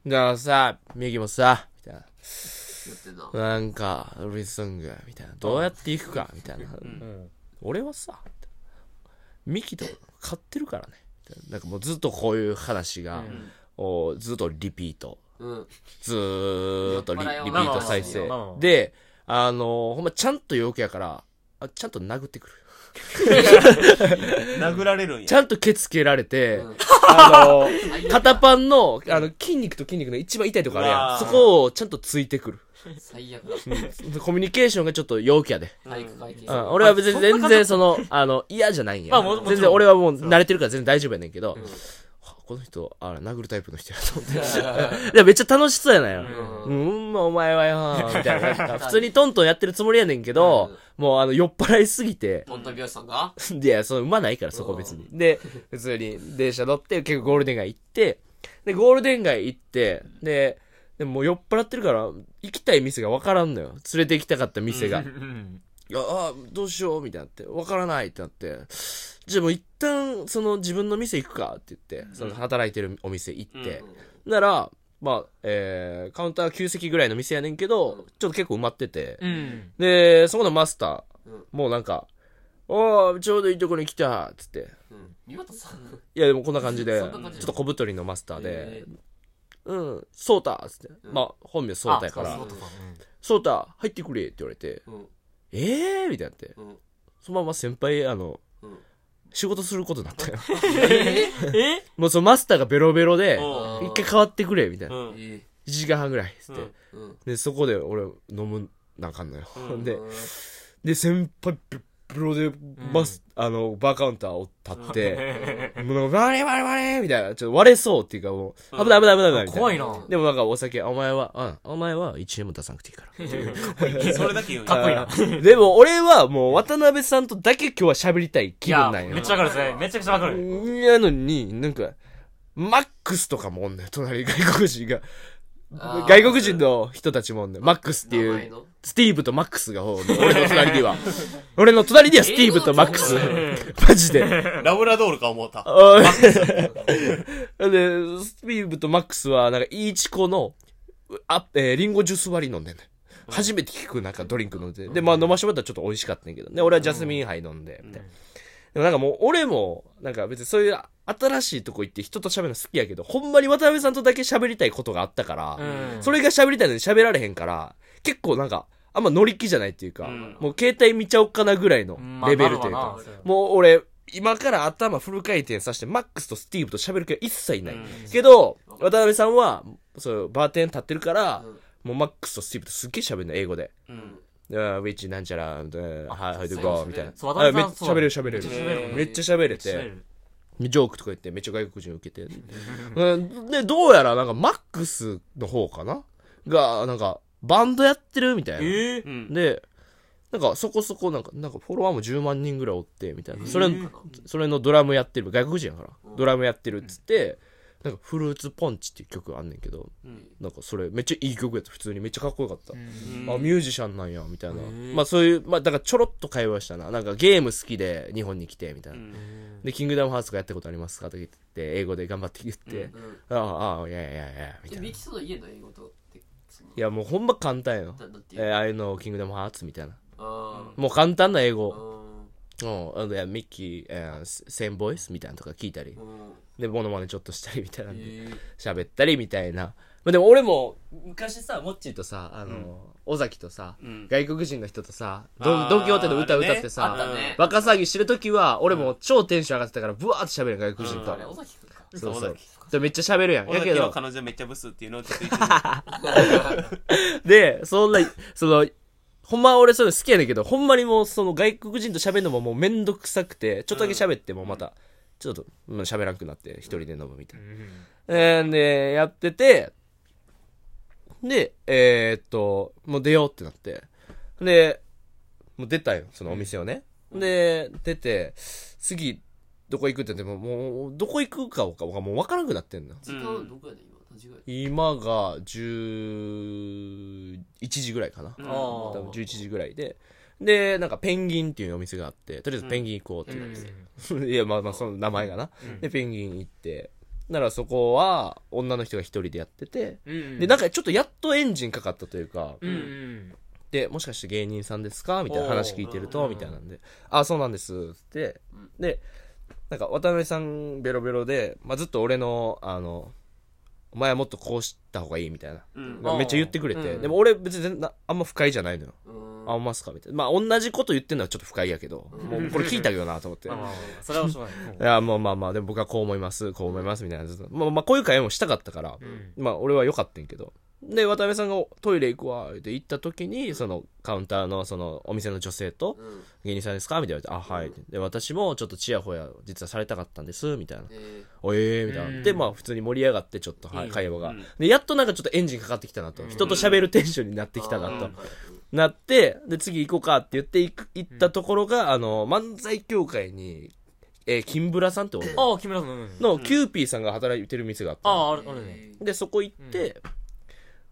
Speaker 1: じゃあさ、右もさ、みたいな。
Speaker 3: 言ってんな
Speaker 1: なんか、ロビンソング、みたいな。どうやって行くか、みたいな。
Speaker 2: うん
Speaker 1: 俺はさ、ミキと買ってるからね。みたいななんかもうずっとこういう話が、おずっとリピート。
Speaker 3: うん
Speaker 1: ずーっとリ
Speaker 3: 酔っ払いは
Speaker 1: リピート再生
Speaker 2: まあまあまあ。
Speaker 1: で、あのー、ほんまちゃんと陽気やから、あちゃんと殴ってくる。
Speaker 4: 殴られるんや
Speaker 1: ち。ゃんとケツ蹴られて、
Speaker 3: うん
Speaker 1: あのー、肩パンの、あの、筋肉と筋肉の一番痛いとこある
Speaker 4: う
Speaker 1: や
Speaker 4: わ
Speaker 1: ん。そ
Speaker 4: ー
Speaker 1: こをちゃんとついてくる。
Speaker 3: 最悪だ
Speaker 1: コミュニケーションがちょっと陽気やで。
Speaker 3: 体育会系
Speaker 1: うん、俺は別に全然その、あの、嫌じゃないんや。
Speaker 2: まあももちろん
Speaker 1: 全然俺はもう慣れてるから全然大丈夫やねんけど、はこの人、あら、殴るタイプの人やと思って。でもめっちゃ楽しそうやなよ。
Speaker 3: う
Speaker 1: うんん、うん、まあお前はよ、 <laughs> みたいな。なんか普通にトントンやってるつもりやねんけど、もうあの、酔っ払いすぎて、
Speaker 3: 本当に美容師さんが
Speaker 1: いや、その馬ないから、そこ別に。で、普通に電車乗って、結構ゴールデン街行って、で、ゴールデン街行って、で、でももう酔っ払ってるから、行きたい店が分からんのよ。連れて行きたかった店が。
Speaker 2: うん。
Speaker 1: いやあーどうしようみたいになって、わからないってなって、じゃあもう一旦、その自分の店行くかって言って、その働いてるお店行って、なら、まあ、えー、カウンター9席ぐらいの店やねんけど、ちょっと結構埋まってて、
Speaker 2: うん。
Speaker 1: で、そこのマスター
Speaker 3: うん、
Speaker 1: もうなんか、ああ、ちょうどいいとこに来た、つって。
Speaker 3: うん。三股さん。
Speaker 1: いや、でもこんな感じで、ち
Speaker 3: そ
Speaker 1: ょ
Speaker 3: んな感じ
Speaker 1: っと小太りのマスター
Speaker 3: え
Speaker 1: で、うん、ソータ、つって。
Speaker 3: ん
Speaker 1: まあ、本名ソータやか
Speaker 2: あ
Speaker 1: ら
Speaker 2: そう、そうそううん
Speaker 1: ソータ、入ってくれって言われて、
Speaker 3: ーうん。
Speaker 1: ええー、みたいになって。
Speaker 3: うん。
Speaker 1: そのまま先輩、あの、
Speaker 3: うん。
Speaker 1: 仕事することになったよ。 <laughs>
Speaker 3: え
Speaker 2: え
Speaker 1: もうそのマスターがベロベロで、
Speaker 2: う
Speaker 1: 一回変わってくれ、みたいな。
Speaker 2: うん
Speaker 3: え
Speaker 1: 1時間半ぐらい、つって。
Speaker 2: うん
Speaker 3: うん。
Speaker 1: で、そこで俺、飲む、なんかんのよ。
Speaker 2: う
Speaker 1: <laughs>
Speaker 2: ん
Speaker 1: で
Speaker 3: う、ん
Speaker 1: で、先輩、プロで、マス、あの、バーカウンターを立って、 <laughs> もうなんか、割れ割れ割れみたいな、ちょっと割れそうっていうかもう、危ない危ない危ない危ないみたいな。
Speaker 2: 怖いな
Speaker 1: でもなんかお酒、お前は、うん、お前は1円も出さなくていいから。
Speaker 4: それだけ言うん
Speaker 2: かっこいい
Speaker 4: な。
Speaker 2: な
Speaker 1: な。 <laughs> でも俺はもう渡辺さんとだけ今日は喋りたい
Speaker 2: い
Speaker 1: 気
Speaker 2: や
Speaker 1: 分なんよ。
Speaker 2: めっちゃわかるですねめちゃくちゃわかる
Speaker 1: なのに、なんか、マックスとかもおんねん、隣外国人が。
Speaker 3: あー
Speaker 1: 外国人の人たちもおんねん、マックスってい
Speaker 3: 名前
Speaker 1: う
Speaker 3: の、
Speaker 1: スティーブとマックスがおんねん俺の隣には。俺の隣にはスティーブとマックス
Speaker 3: 英語。
Speaker 1: マジで。
Speaker 4: ラブラドールか思った。
Speaker 1: おいで、スティーブとマックスは、なんか、イーチコの、あ、えーリンゴジュース割り飲んでんねん。初めて聞くなんかドリンク飲んで。で、まあ飲ましてもらったらちょっと美味しかったんやけど。で、俺はジャスミン杯飲んで、みたいな。でもなんかもう俺も、なんか別にそういう新しいとこ行って人と喋るの好きやけど、ほんまに渡辺さんとだけ喋りたいことがあったから、
Speaker 2: うん
Speaker 1: それが喋りたいのに喋られへんから、結構なんか、あんま乗り気じゃないっていうか、
Speaker 4: ん
Speaker 1: もう携帯見ちゃおっかなぐらいの
Speaker 2: まあ
Speaker 1: レベルという
Speaker 2: なる
Speaker 1: か
Speaker 2: わ、な
Speaker 1: もう俺、今から頭フル回転させて、マックスとスティーブと喋る気は一切ない。
Speaker 4: うん
Speaker 1: けど、渡辺さんは、そう、バーテン立ってるから、
Speaker 3: うん
Speaker 1: もうマックスとスティーブとすっげえ喋るの、英語で。
Speaker 4: うん。
Speaker 1: ウィッチなんちゃら、うんはい、はい、でゴーみたいな。
Speaker 2: そう渡辺さん
Speaker 1: あめっちゃ
Speaker 2: そう
Speaker 1: 喋れる喋れ
Speaker 2: めっち
Speaker 1: る。
Speaker 2: ゃ喋れる
Speaker 1: めっちゃ喋れ
Speaker 2: 喋れ
Speaker 1: て、ジ
Speaker 2: る
Speaker 1: ョークとか言って、めっちゃ外国人受けて。うんで、どうやらなんかマックスの方かなが、なんか、バンドやってるみたいな。
Speaker 2: ええ
Speaker 4: うん。
Speaker 1: で、なんかそこそこなんか、なんかフォロワーも10万人ぐらいおって、みたいな。それ、それのドラムやってる、外国人やから、ドラムやってるっつって、なんかフルーツポンチっていう曲あんねんけど、なんかそれめっちゃいい曲やった、普通にめっちゃかっこよかった。あ、ミュージシャンなんや、みたいな。まあそういう、まあだからちょろっと会話したな。なんかゲーム好きで日本に来て、みたいな。で、キングダムハーツがやったことありますかって言って、英語で頑張って言って、ああ、ああ、いやいやいやいや、みた
Speaker 3: え
Speaker 1: いな。
Speaker 3: ミ
Speaker 1: い
Speaker 3: キソの家の英語とって、その、
Speaker 1: や、もうほんま簡単よ。
Speaker 3: ななん
Speaker 1: え
Speaker 3: ていう
Speaker 1: ー、ああいうの、キングダムハーツみたいな。
Speaker 3: あ
Speaker 1: もう簡単な英
Speaker 3: ー
Speaker 1: 語。
Speaker 3: あ
Speaker 1: うん。あのいやミッキー、えー、センボイスみたいなのとか聞いたり
Speaker 3: ー。うん
Speaker 1: で、モノマネちょっとしたりみたいなんで。
Speaker 3: えー
Speaker 1: 喋ったりみたいな。まあ、でも俺も、昔さ、モッチーとさ、あの、尾崎とさ、
Speaker 4: うん
Speaker 1: 外国人の人とさ、
Speaker 4: あ
Speaker 1: ド
Speaker 4: ー
Speaker 1: ン、ドンキホーテの歌歌って
Speaker 3: あった
Speaker 1: さ、
Speaker 3: ね
Speaker 1: バカ騒ぎしてる時は、俺も超テンション上がってたから、ブワーって喋るやん外国人
Speaker 3: あれ
Speaker 1: と。
Speaker 3: 尾崎くんか
Speaker 1: そう
Speaker 4: 尾
Speaker 1: そう
Speaker 4: 崎。
Speaker 1: でめっちゃ喋るやん。
Speaker 4: 小
Speaker 1: や
Speaker 4: 崎
Speaker 1: け
Speaker 4: の
Speaker 1: ど、
Speaker 4: 彼女めっちゃブスっていうのをちょっと一緒に。
Speaker 1: で、そんな、その、ほんま俺そういうの好きやねんけど、ほんまにもうその外国人と喋るのももうめんどくさくて、ちょっとだけ喋ってもまた、ちょっとまあ喋らんくなって、一人で飲むみたいな。えーで、やってて、で、えーっと、もう出ようってなって。で、もう出たよ、そのお店をね。で、出て、次、どこ行くって言っても、もう、どこ行くかがもう分からなくなってんの。
Speaker 3: 時間どこやねん今何時ぐらい
Speaker 1: 今が11時ぐらいかな。
Speaker 2: あ
Speaker 1: 多分
Speaker 2: ー
Speaker 1: 11時ぐらいで。で、なんかペンギンっていうお店があって、とりあえずペンギン行こうってなって。 <laughs> いや、まあまあ、その名前がな。で、ペンギン行って。ならそこは、女の人が一人でやってて、
Speaker 2: うん
Speaker 1: で、なんかちょっとやっとエンジンかかったというか、
Speaker 2: うんうん
Speaker 1: で、もしかして芸人さんですかみたいな話聞いてると、みたいなんで、あ、そうなんです、つって、で、なんか渡辺さんベロベロで、まあ、ずっと俺の、あの、お前はもっとこうした方がいいみたいな。
Speaker 4: うん
Speaker 1: めっちゃ言ってくれて、
Speaker 2: うん
Speaker 1: でも俺別に全然なあんま不快じゃないのよ。
Speaker 3: うん
Speaker 1: あ、思ますかみたいな。まあ、同じこと言ってんのはちょっと不快やけど、もうこれ聞いたけどなと思って。
Speaker 2: まあまあまあそれはしょうがない
Speaker 1: いや、もうまあまあ、でも僕はこう思います、こう思います、みたいな。ずっとまあまあ、こういう会話もしたかったから、まあ、俺は良かったんやけど。で、渡辺さんがトイレ行くわ、って行った時に、その、カウンターの、その、お店の女性と、芸人さんですかみたいな言われて。あ、はい。で、私もちょっとチヤホヤ、実はされたかったんです、みたいな。
Speaker 3: え
Speaker 1: おえー、みたいな。で、まあ、普通に盛り上がって、ちょっと、はい、会話が。で、やっとなんかちょっとエンジンかかってきたなと。人と喋るテンションになってきたなと。なって、で、次行こうかって言って行く、行ったところが、あの、漫才協会に、えー、金村さんっておる
Speaker 2: ああ木村さんうんうん
Speaker 1: の、キューピーさんが働いてる店があった
Speaker 2: あ
Speaker 1: の。
Speaker 2: ああるあるね
Speaker 1: で、そこ行って、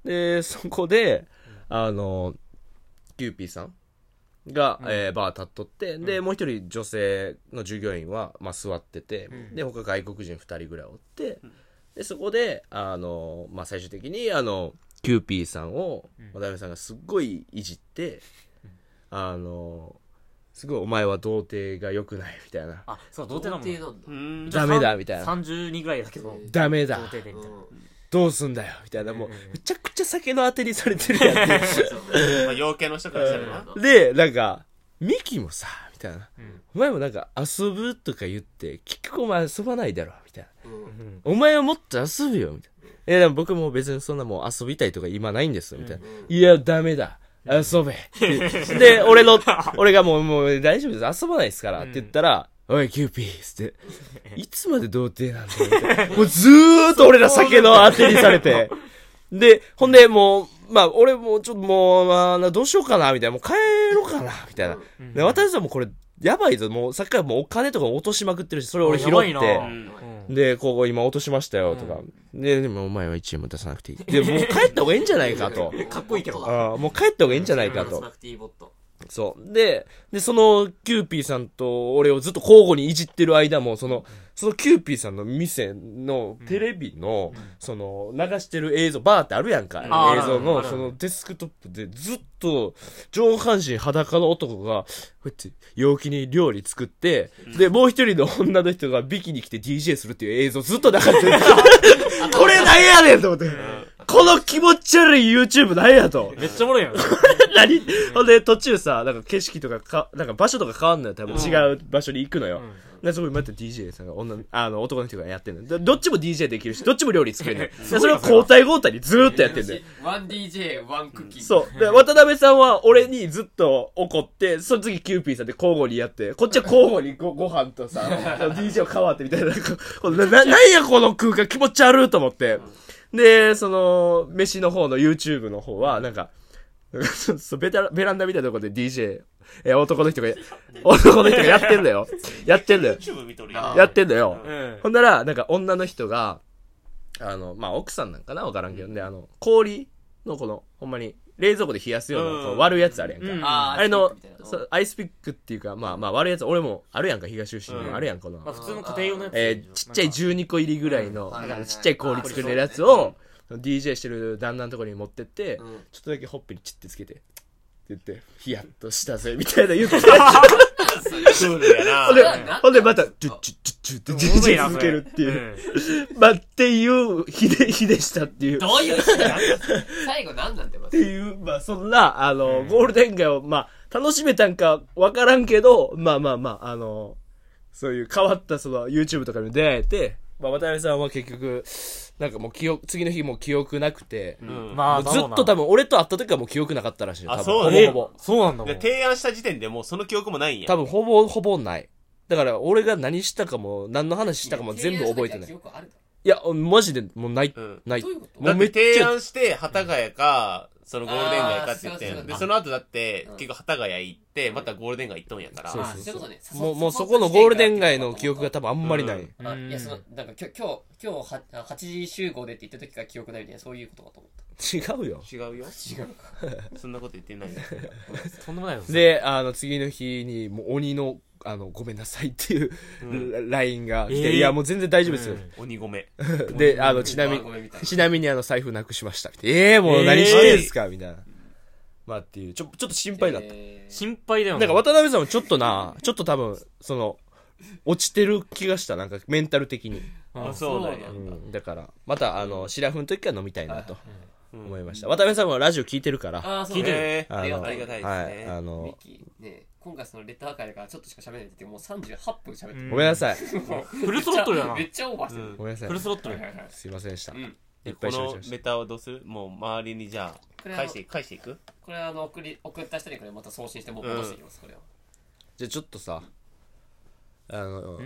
Speaker 1: で、そこで、あの、キューピーさんが、えーバー立っとって、で、もう一人女性の従業員は、まあ、座ってて、で、他外国人二人ぐらいおって、で、そこで、あの、まあ、最終的に、あの、キューピーさんを、渡辺さんがすっごいいじって、あの、すごいお前は童貞が良くないみたいな
Speaker 2: あそう童
Speaker 3: 童
Speaker 2: 貞
Speaker 3: 貞
Speaker 2: だ
Speaker 3: な
Speaker 2: も
Speaker 3: ん
Speaker 2: ん
Speaker 3: だ
Speaker 2: ね
Speaker 4: う
Speaker 1: ダ
Speaker 4: ん
Speaker 1: メだみたいな
Speaker 2: 32ぐらいだけど
Speaker 3: うん
Speaker 1: ダメだ
Speaker 2: 童貞でみたいな
Speaker 3: うん
Speaker 1: どうすんだよみたいなもう
Speaker 2: うんうんうん
Speaker 1: めちゃくちゃ酒の当てにされてるやんっ
Speaker 2: <laughs>
Speaker 1: て
Speaker 4: まあ陽系の人からしたらな
Speaker 1: でなんかミキもさみたいな
Speaker 2: うん
Speaker 1: お前もなんか遊ぶとか言って結局お前遊ばないだろみたいな
Speaker 3: うん
Speaker 2: うん
Speaker 1: お前はもっと遊ぶよみたいなえでも僕も別にそんなもう遊びたいとか今ないんですみたいな、いやダメだ遊べ、で俺の俺がもうもう大丈夫です遊ばないですから、って言ったらおいキューピーっつっていつまで童貞なんだよみたいなもうずーっと俺ら酒の当てにされてでほんでもうまあ俺もちょっともう、まあ、どうしようかなみたいなもう帰ろうかなみたいな、
Speaker 2: うん
Speaker 1: で私はもうこれやばいぞもうサッカーもうお金とか落としまくってるしそれ俺拾
Speaker 2: あやばい
Speaker 1: っ
Speaker 2: な
Speaker 1: て
Speaker 2: う
Speaker 4: うん
Speaker 2: うん
Speaker 1: で、ここ今落としましたよとか。で、でもお前は1円も出さなくていい。 <laughs> で、もう帰った方がいいんじゃないかと。
Speaker 2: かっこいいけ
Speaker 1: <laughs>
Speaker 2: ど
Speaker 1: ああもう帰った方がいいんじゃないか
Speaker 3: スナ
Speaker 1: と。
Speaker 3: クティーボット
Speaker 1: そう。で、で、そのキューピーさんと俺をずっと交互にいじってる間も、その、そのキューピーさんの店のテレビの、その、流してる映像、バーってあるやんか。
Speaker 2: あ
Speaker 1: 映像
Speaker 2: あ
Speaker 1: の、
Speaker 2: るある
Speaker 1: そのデスクトップでずっと、上半身裸の男が、こうやって、陽気に料理作って、で、もう一人の女の人がビキに来て DJ するっていう映像ずっと流れて
Speaker 2: <laughs>
Speaker 1: る。これなんやねんと思って。この気持ち悪い YouTube なんやと。
Speaker 2: めっちゃおもろいやん
Speaker 1: 何 <laughs> ほんで、途中さ、なんか景色とかか、なんか場所とか変わんのよ。多分違う場所に行くのよ。で、そこにまた DJ さんが女の、あの、男の人がやってんのよで。どっちも DJ できるし、どっちも料理作れるのよ。 <laughs> でそれを交代交代にずーっとやってんだよ。
Speaker 3: ワン DJ ワンクッキー
Speaker 1: そう。で、渡辺さんは俺にずっと怒って、その次キューピーさんで交互にやって、こっちは交互にごご飯とさ、DJ を変わってみたいな。なんかこのな、ななんやこの空間気持ち悪いと思って。で、その、飯の方の YouTube の方は、なんか、 <laughs> そうベタラベランダみたいなところで DJ、え男の人が、男の人がやってんだよ。やってんだよ。
Speaker 4: YouTube 見とる
Speaker 3: あ
Speaker 4: や
Speaker 1: やってんだよ。
Speaker 2: うん
Speaker 1: ほんなら、なんか女の人が、あの、まあ、奥さんなんかなわからんけどね、あの、氷のこの、ほんまに、冷蔵庫で冷やすよう
Speaker 4: う
Speaker 1: なんこう割るやつあるやんか。
Speaker 2: うん
Speaker 3: あー
Speaker 1: あれの
Speaker 3: アイスピッ
Speaker 1: そうア
Speaker 3: クみたいな、
Speaker 1: イスピックっていうか、まあまあ割るやつ、俺もあるやんか、東出身に
Speaker 2: うん
Speaker 1: もあるやん、この
Speaker 2: まあ、普通の家庭用のやつ
Speaker 1: えーちっちゃい
Speaker 2: なんか
Speaker 1: 12個入りぐらいの、
Speaker 3: うんはいはいはい
Speaker 1: ちっちゃい氷作れるやつを、DJ してる旦那のところに持ってって、
Speaker 3: うん
Speaker 1: ちょっとだけほっぺにチッてつけて、って言って、ヒヤッとしたぜ、みたいな言って、
Speaker 4: クールや
Speaker 1: ほんで
Speaker 4: な
Speaker 1: ほんでまた、チュッチュッチュッチュッって
Speaker 2: おもろいな
Speaker 1: DJ 続けるっていう。
Speaker 2: それ
Speaker 1: まあ、っていう日で、日でしたっていう。っ
Speaker 3: どういう日だ最後なんなんてま
Speaker 1: て
Speaker 3: ず
Speaker 1: いう、まあ、そんな、あの、ゴールデン街を、まあ、楽しめたんかわからんけど、まあまあまあ、あの、そういう変わった、その、YouTube とかにも出会えて、まあ、渡辺さんは結局、なんかもう記憶、次の日もう記憶なくて、
Speaker 4: うん
Speaker 2: うんま
Speaker 1: も
Speaker 2: あ
Speaker 1: うずっと多分、俺と会った時はもう記憶なかったらしいよ。多
Speaker 4: あ
Speaker 1: 分
Speaker 4: そう
Speaker 1: ほぼ
Speaker 4: ね
Speaker 1: ほぼ。
Speaker 2: そうなんだも
Speaker 4: で
Speaker 2: ん
Speaker 4: 提案した時点でもうその記憶もないんや
Speaker 1: 多分、ほぼ、ほぼない。だから、俺が何したかも、何の話したかも全部覚えてない。
Speaker 3: 記
Speaker 1: い
Speaker 3: 憶あるだ
Speaker 1: や、マジで、もうない、
Speaker 4: うん
Speaker 1: ない
Speaker 3: どう。いうこと
Speaker 1: も
Speaker 4: だ
Speaker 1: う
Speaker 4: っ
Speaker 1: め
Speaker 4: て
Speaker 1: っち
Speaker 4: 提
Speaker 1: ゃ、
Speaker 4: 案して、幡ヶ谷か、そのゴールデン街かって言って。
Speaker 3: あーそうそうん
Speaker 4: で、
Speaker 3: そう
Speaker 4: その後だって
Speaker 3: うん、
Speaker 4: 結構幡ヶ谷行って、またゴールデン街行っとんやから。
Speaker 1: そう
Speaker 3: あそういうことね
Speaker 1: もう、もうそこのゴールデン街の記憶が多分あんまりない。
Speaker 3: あいやそのなんかきょ今日今日はあ8時集合でって言った時から記憶ないみたいなそういうことかと思った
Speaker 1: 違うよ。
Speaker 4: 違うよ。
Speaker 3: 違うか
Speaker 4: そんなこと言ってないよ。
Speaker 2: とんでもないです
Speaker 1: で、あの、次の日に、もう鬼の、あの、ごめんなさいっていう、ラインが来て、
Speaker 2: えー
Speaker 1: いや、もう全然大丈夫ですよ。
Speaker 4: 鬼ごめ。
Speaker 1: <laughs> で、あの、ちなみ
Speaker 3: ごめんみたい
Speaker 1: に、
Speaker 3: な
Speaker 1: ちなみにあの、財布なくしました。ええー、もう何してんすかみたいな。まあっていう、ちょ、ちょっと心配だった。
Speaker 3: えー
Speaker 2: 心配だよ
Speaker 1: な
Speaker 2: ね
Speaker 1: んか渡辺さんもちょっとな、ちょっと多分、その、落ちてる気がした、なんかメンタル的に。
Speaker 4: あ、そうなんや
Speaker 1: う。ん、だから、またあの、シラフの時から飲みたいなと
Speaker 4: うん
Speaker 1: 思いました。渡辺さんもラジオ聞いてるから、
Speaker 3: あーそう
Speaker 2: 聞いてる
Speaker 4: えー
Speaker 1: の
Speaker 4: ありが
Speaker 3: た
Speaker 4: たいです
Speaker 1: はい、
Speaker 4: ね。
Speaker 1: あの
Speaker 3: ミ、キね今回そのレター会だからちょっとしか喋れないって言ってもう38分喋って
Speaker 1: ごめんなさい。
Speaker 3: るフ
Speaker 2: フルスロットルやな
Speaker 3: めっちゃオーバーしてる
Speaker 1: ごめんなさい
Speaker 2: フル。スロット
Speaker 3: は
Speaker 2: ル
Speaker 3: いはいはい
Speaker 1: すいませんでした。
Speaker 3: うん
Speaker 1: い
Speaker 4: で
Speaker 1: っ
Speaker 4: こ
Speaker 1: ぱい紹
Speaker 4: の
Speaker 1: 介しま
Speaker 4: メ
Speaker 1: し
Speaker 4: タをどうするもう周りにじゃ
Speaker 3: こ
Speaker 4: あ、
Speaker 3: れ
Speaker 4: 返して、返していく
Speaker 3: これはあの送り送った人にこれまた送信してもう戻していきます、これを
Speaker 1: た。じゃあちょっとさ、あの、
Speaker 3: はい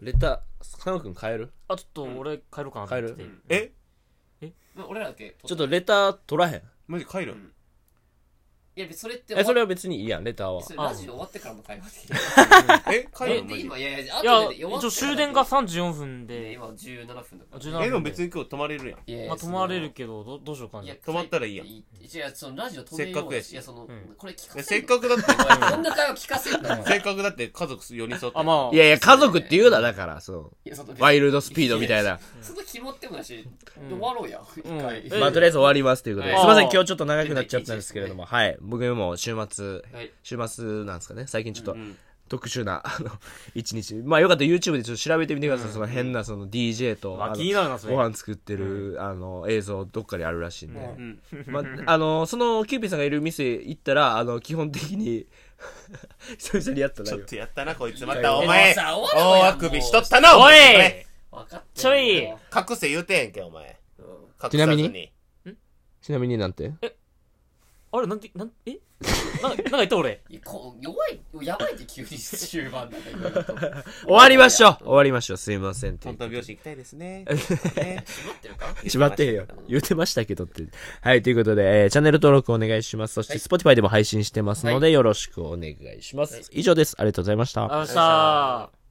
Speaker 1: レター、かのくん変える
Speaker 2: あちょっと俺帰ろうかなと思ってて
Speaker 1: 帰
Speaker 4: え
Speaker 3: まあ俺らだけ
Speaker 1: ちょっとレター取らへん。
Speaker 4: マジ帰る
Speaker 3: うんいや別にそれって
Speaker 1: え、それは別にいいやん、レターは
Speaker 3: そ。れラジオ終わってからの会話で
Speaker 4: え帰
Speaker 3: え
Speaker 4: る
Speaker 3: で
Speaker 4: マジ
Speaker 3: 今いやいや
Speaker 2: いや
Speaker 3: 後で
Speaker 2: 一
Speaker 3: 終わって
Speaker 2: 応終電が34分で
Speaker 3: 今17分だか
Speaker 2: あ
Speaker 3: ら
Speaker 2: 17分
Speaker 4: え、でも別に今日泊まれるやん。
Speaker 3: いやいや
Speaker 2: まあ、泊まれるけどどどうしよう
Speaker 3: そ
Speaker 2: か
Speaker 3: のいや
Speaker 2: ね
Speaker 4: 泊まったらいいやん
Speaker 3: いやそのラジオ止めよう
Speaker 4: せっかくやし
Speaker 3: いやその、
Speaker 2: ん
Speaker 3: これ聞かせ
Speaker 4: え
Speaker 3: ん
Speaker 4: せっ
Speaker 3: <laughs>
Speaker 4: かくだって、
Speaker 3: こんな会話聞かせんの
Speaker 4: せっかくだって家族寄り添って。
Speaker 2: あまあ
Speaker 1: いやいや、家族って言うな、だから、そ
Speaker 3: いやその
Speaker 1: う。ワイルドスピードみたいな。
Speaker 3: その肝ってもだし、終わろうや、一回。
Speaker 2: うん
Speaker 1: まあ、とりあえず終わりますということで。
Speaker 3: はい
Speaker 1: すいません、今日ちょっと長くなっちゃったんですけれども、はい。僕も週末、
Speaker 3: はい
Speaker 1: 週末なんですかね、最近ちょっと
Speaker 4: うん
Speaker 1: 特殊な、 <laughs> あの、一日。まあよかったら YouTube でちょっと調べてみてください。その変なその DJ と、
Speaker 2: まあ
Speaker 1: あの
Speaker 2: 気になるなそれ
Speaker 1: ご飯作ってる、あの、映像どっかにあるらしいんで。
Speaker 2: うん
Speaker 4: うん
Speaker 1: まあ、あの、そのキューピーさんがいる店行ったら、あの、基本的に、 <laughs> 久々にやった
Speaker 4: ち
Speaker 1: な
Speaker 4: ょっ
Speaker 1: よ。
Speaker 4: とやったな、こいつ。ま
Speaker 1: いや
Speaker 4: たお前、
Speaker 3: でもさお前も
Speaker 4: 大あくびしとったな、
Speaker 2: おい
Speaker 4: 前
Speaker 3: 分かって
Speaker 2: ちょい
Speaker 3: るよ
Speaker 4: 隠せ言うてんけん、お前。
Speaker 3: うん
Speaker 4: 隠さず
Speaker 1: ちなみにちなみになんて
Speaker 2: あれなんてなんえなんかなんか言った俺
Speaker 3: いやこう弱いやばいって急に終盤だねいろいろと待
Speaker 1: 終わりましょう終わりましょう。すいませんって
Speaker 4: 本。当拍子行きたいですね。ね
Speaker 3: ってるか
Speaker 1: しまってへんよ。言ってましたけどって。はい、ということで、えーチャンネル登録お願いします。そして、Spotify でも配信してますので、よろしくお願いします。以上です。ありがとうございました。
Speaker 2: あのさ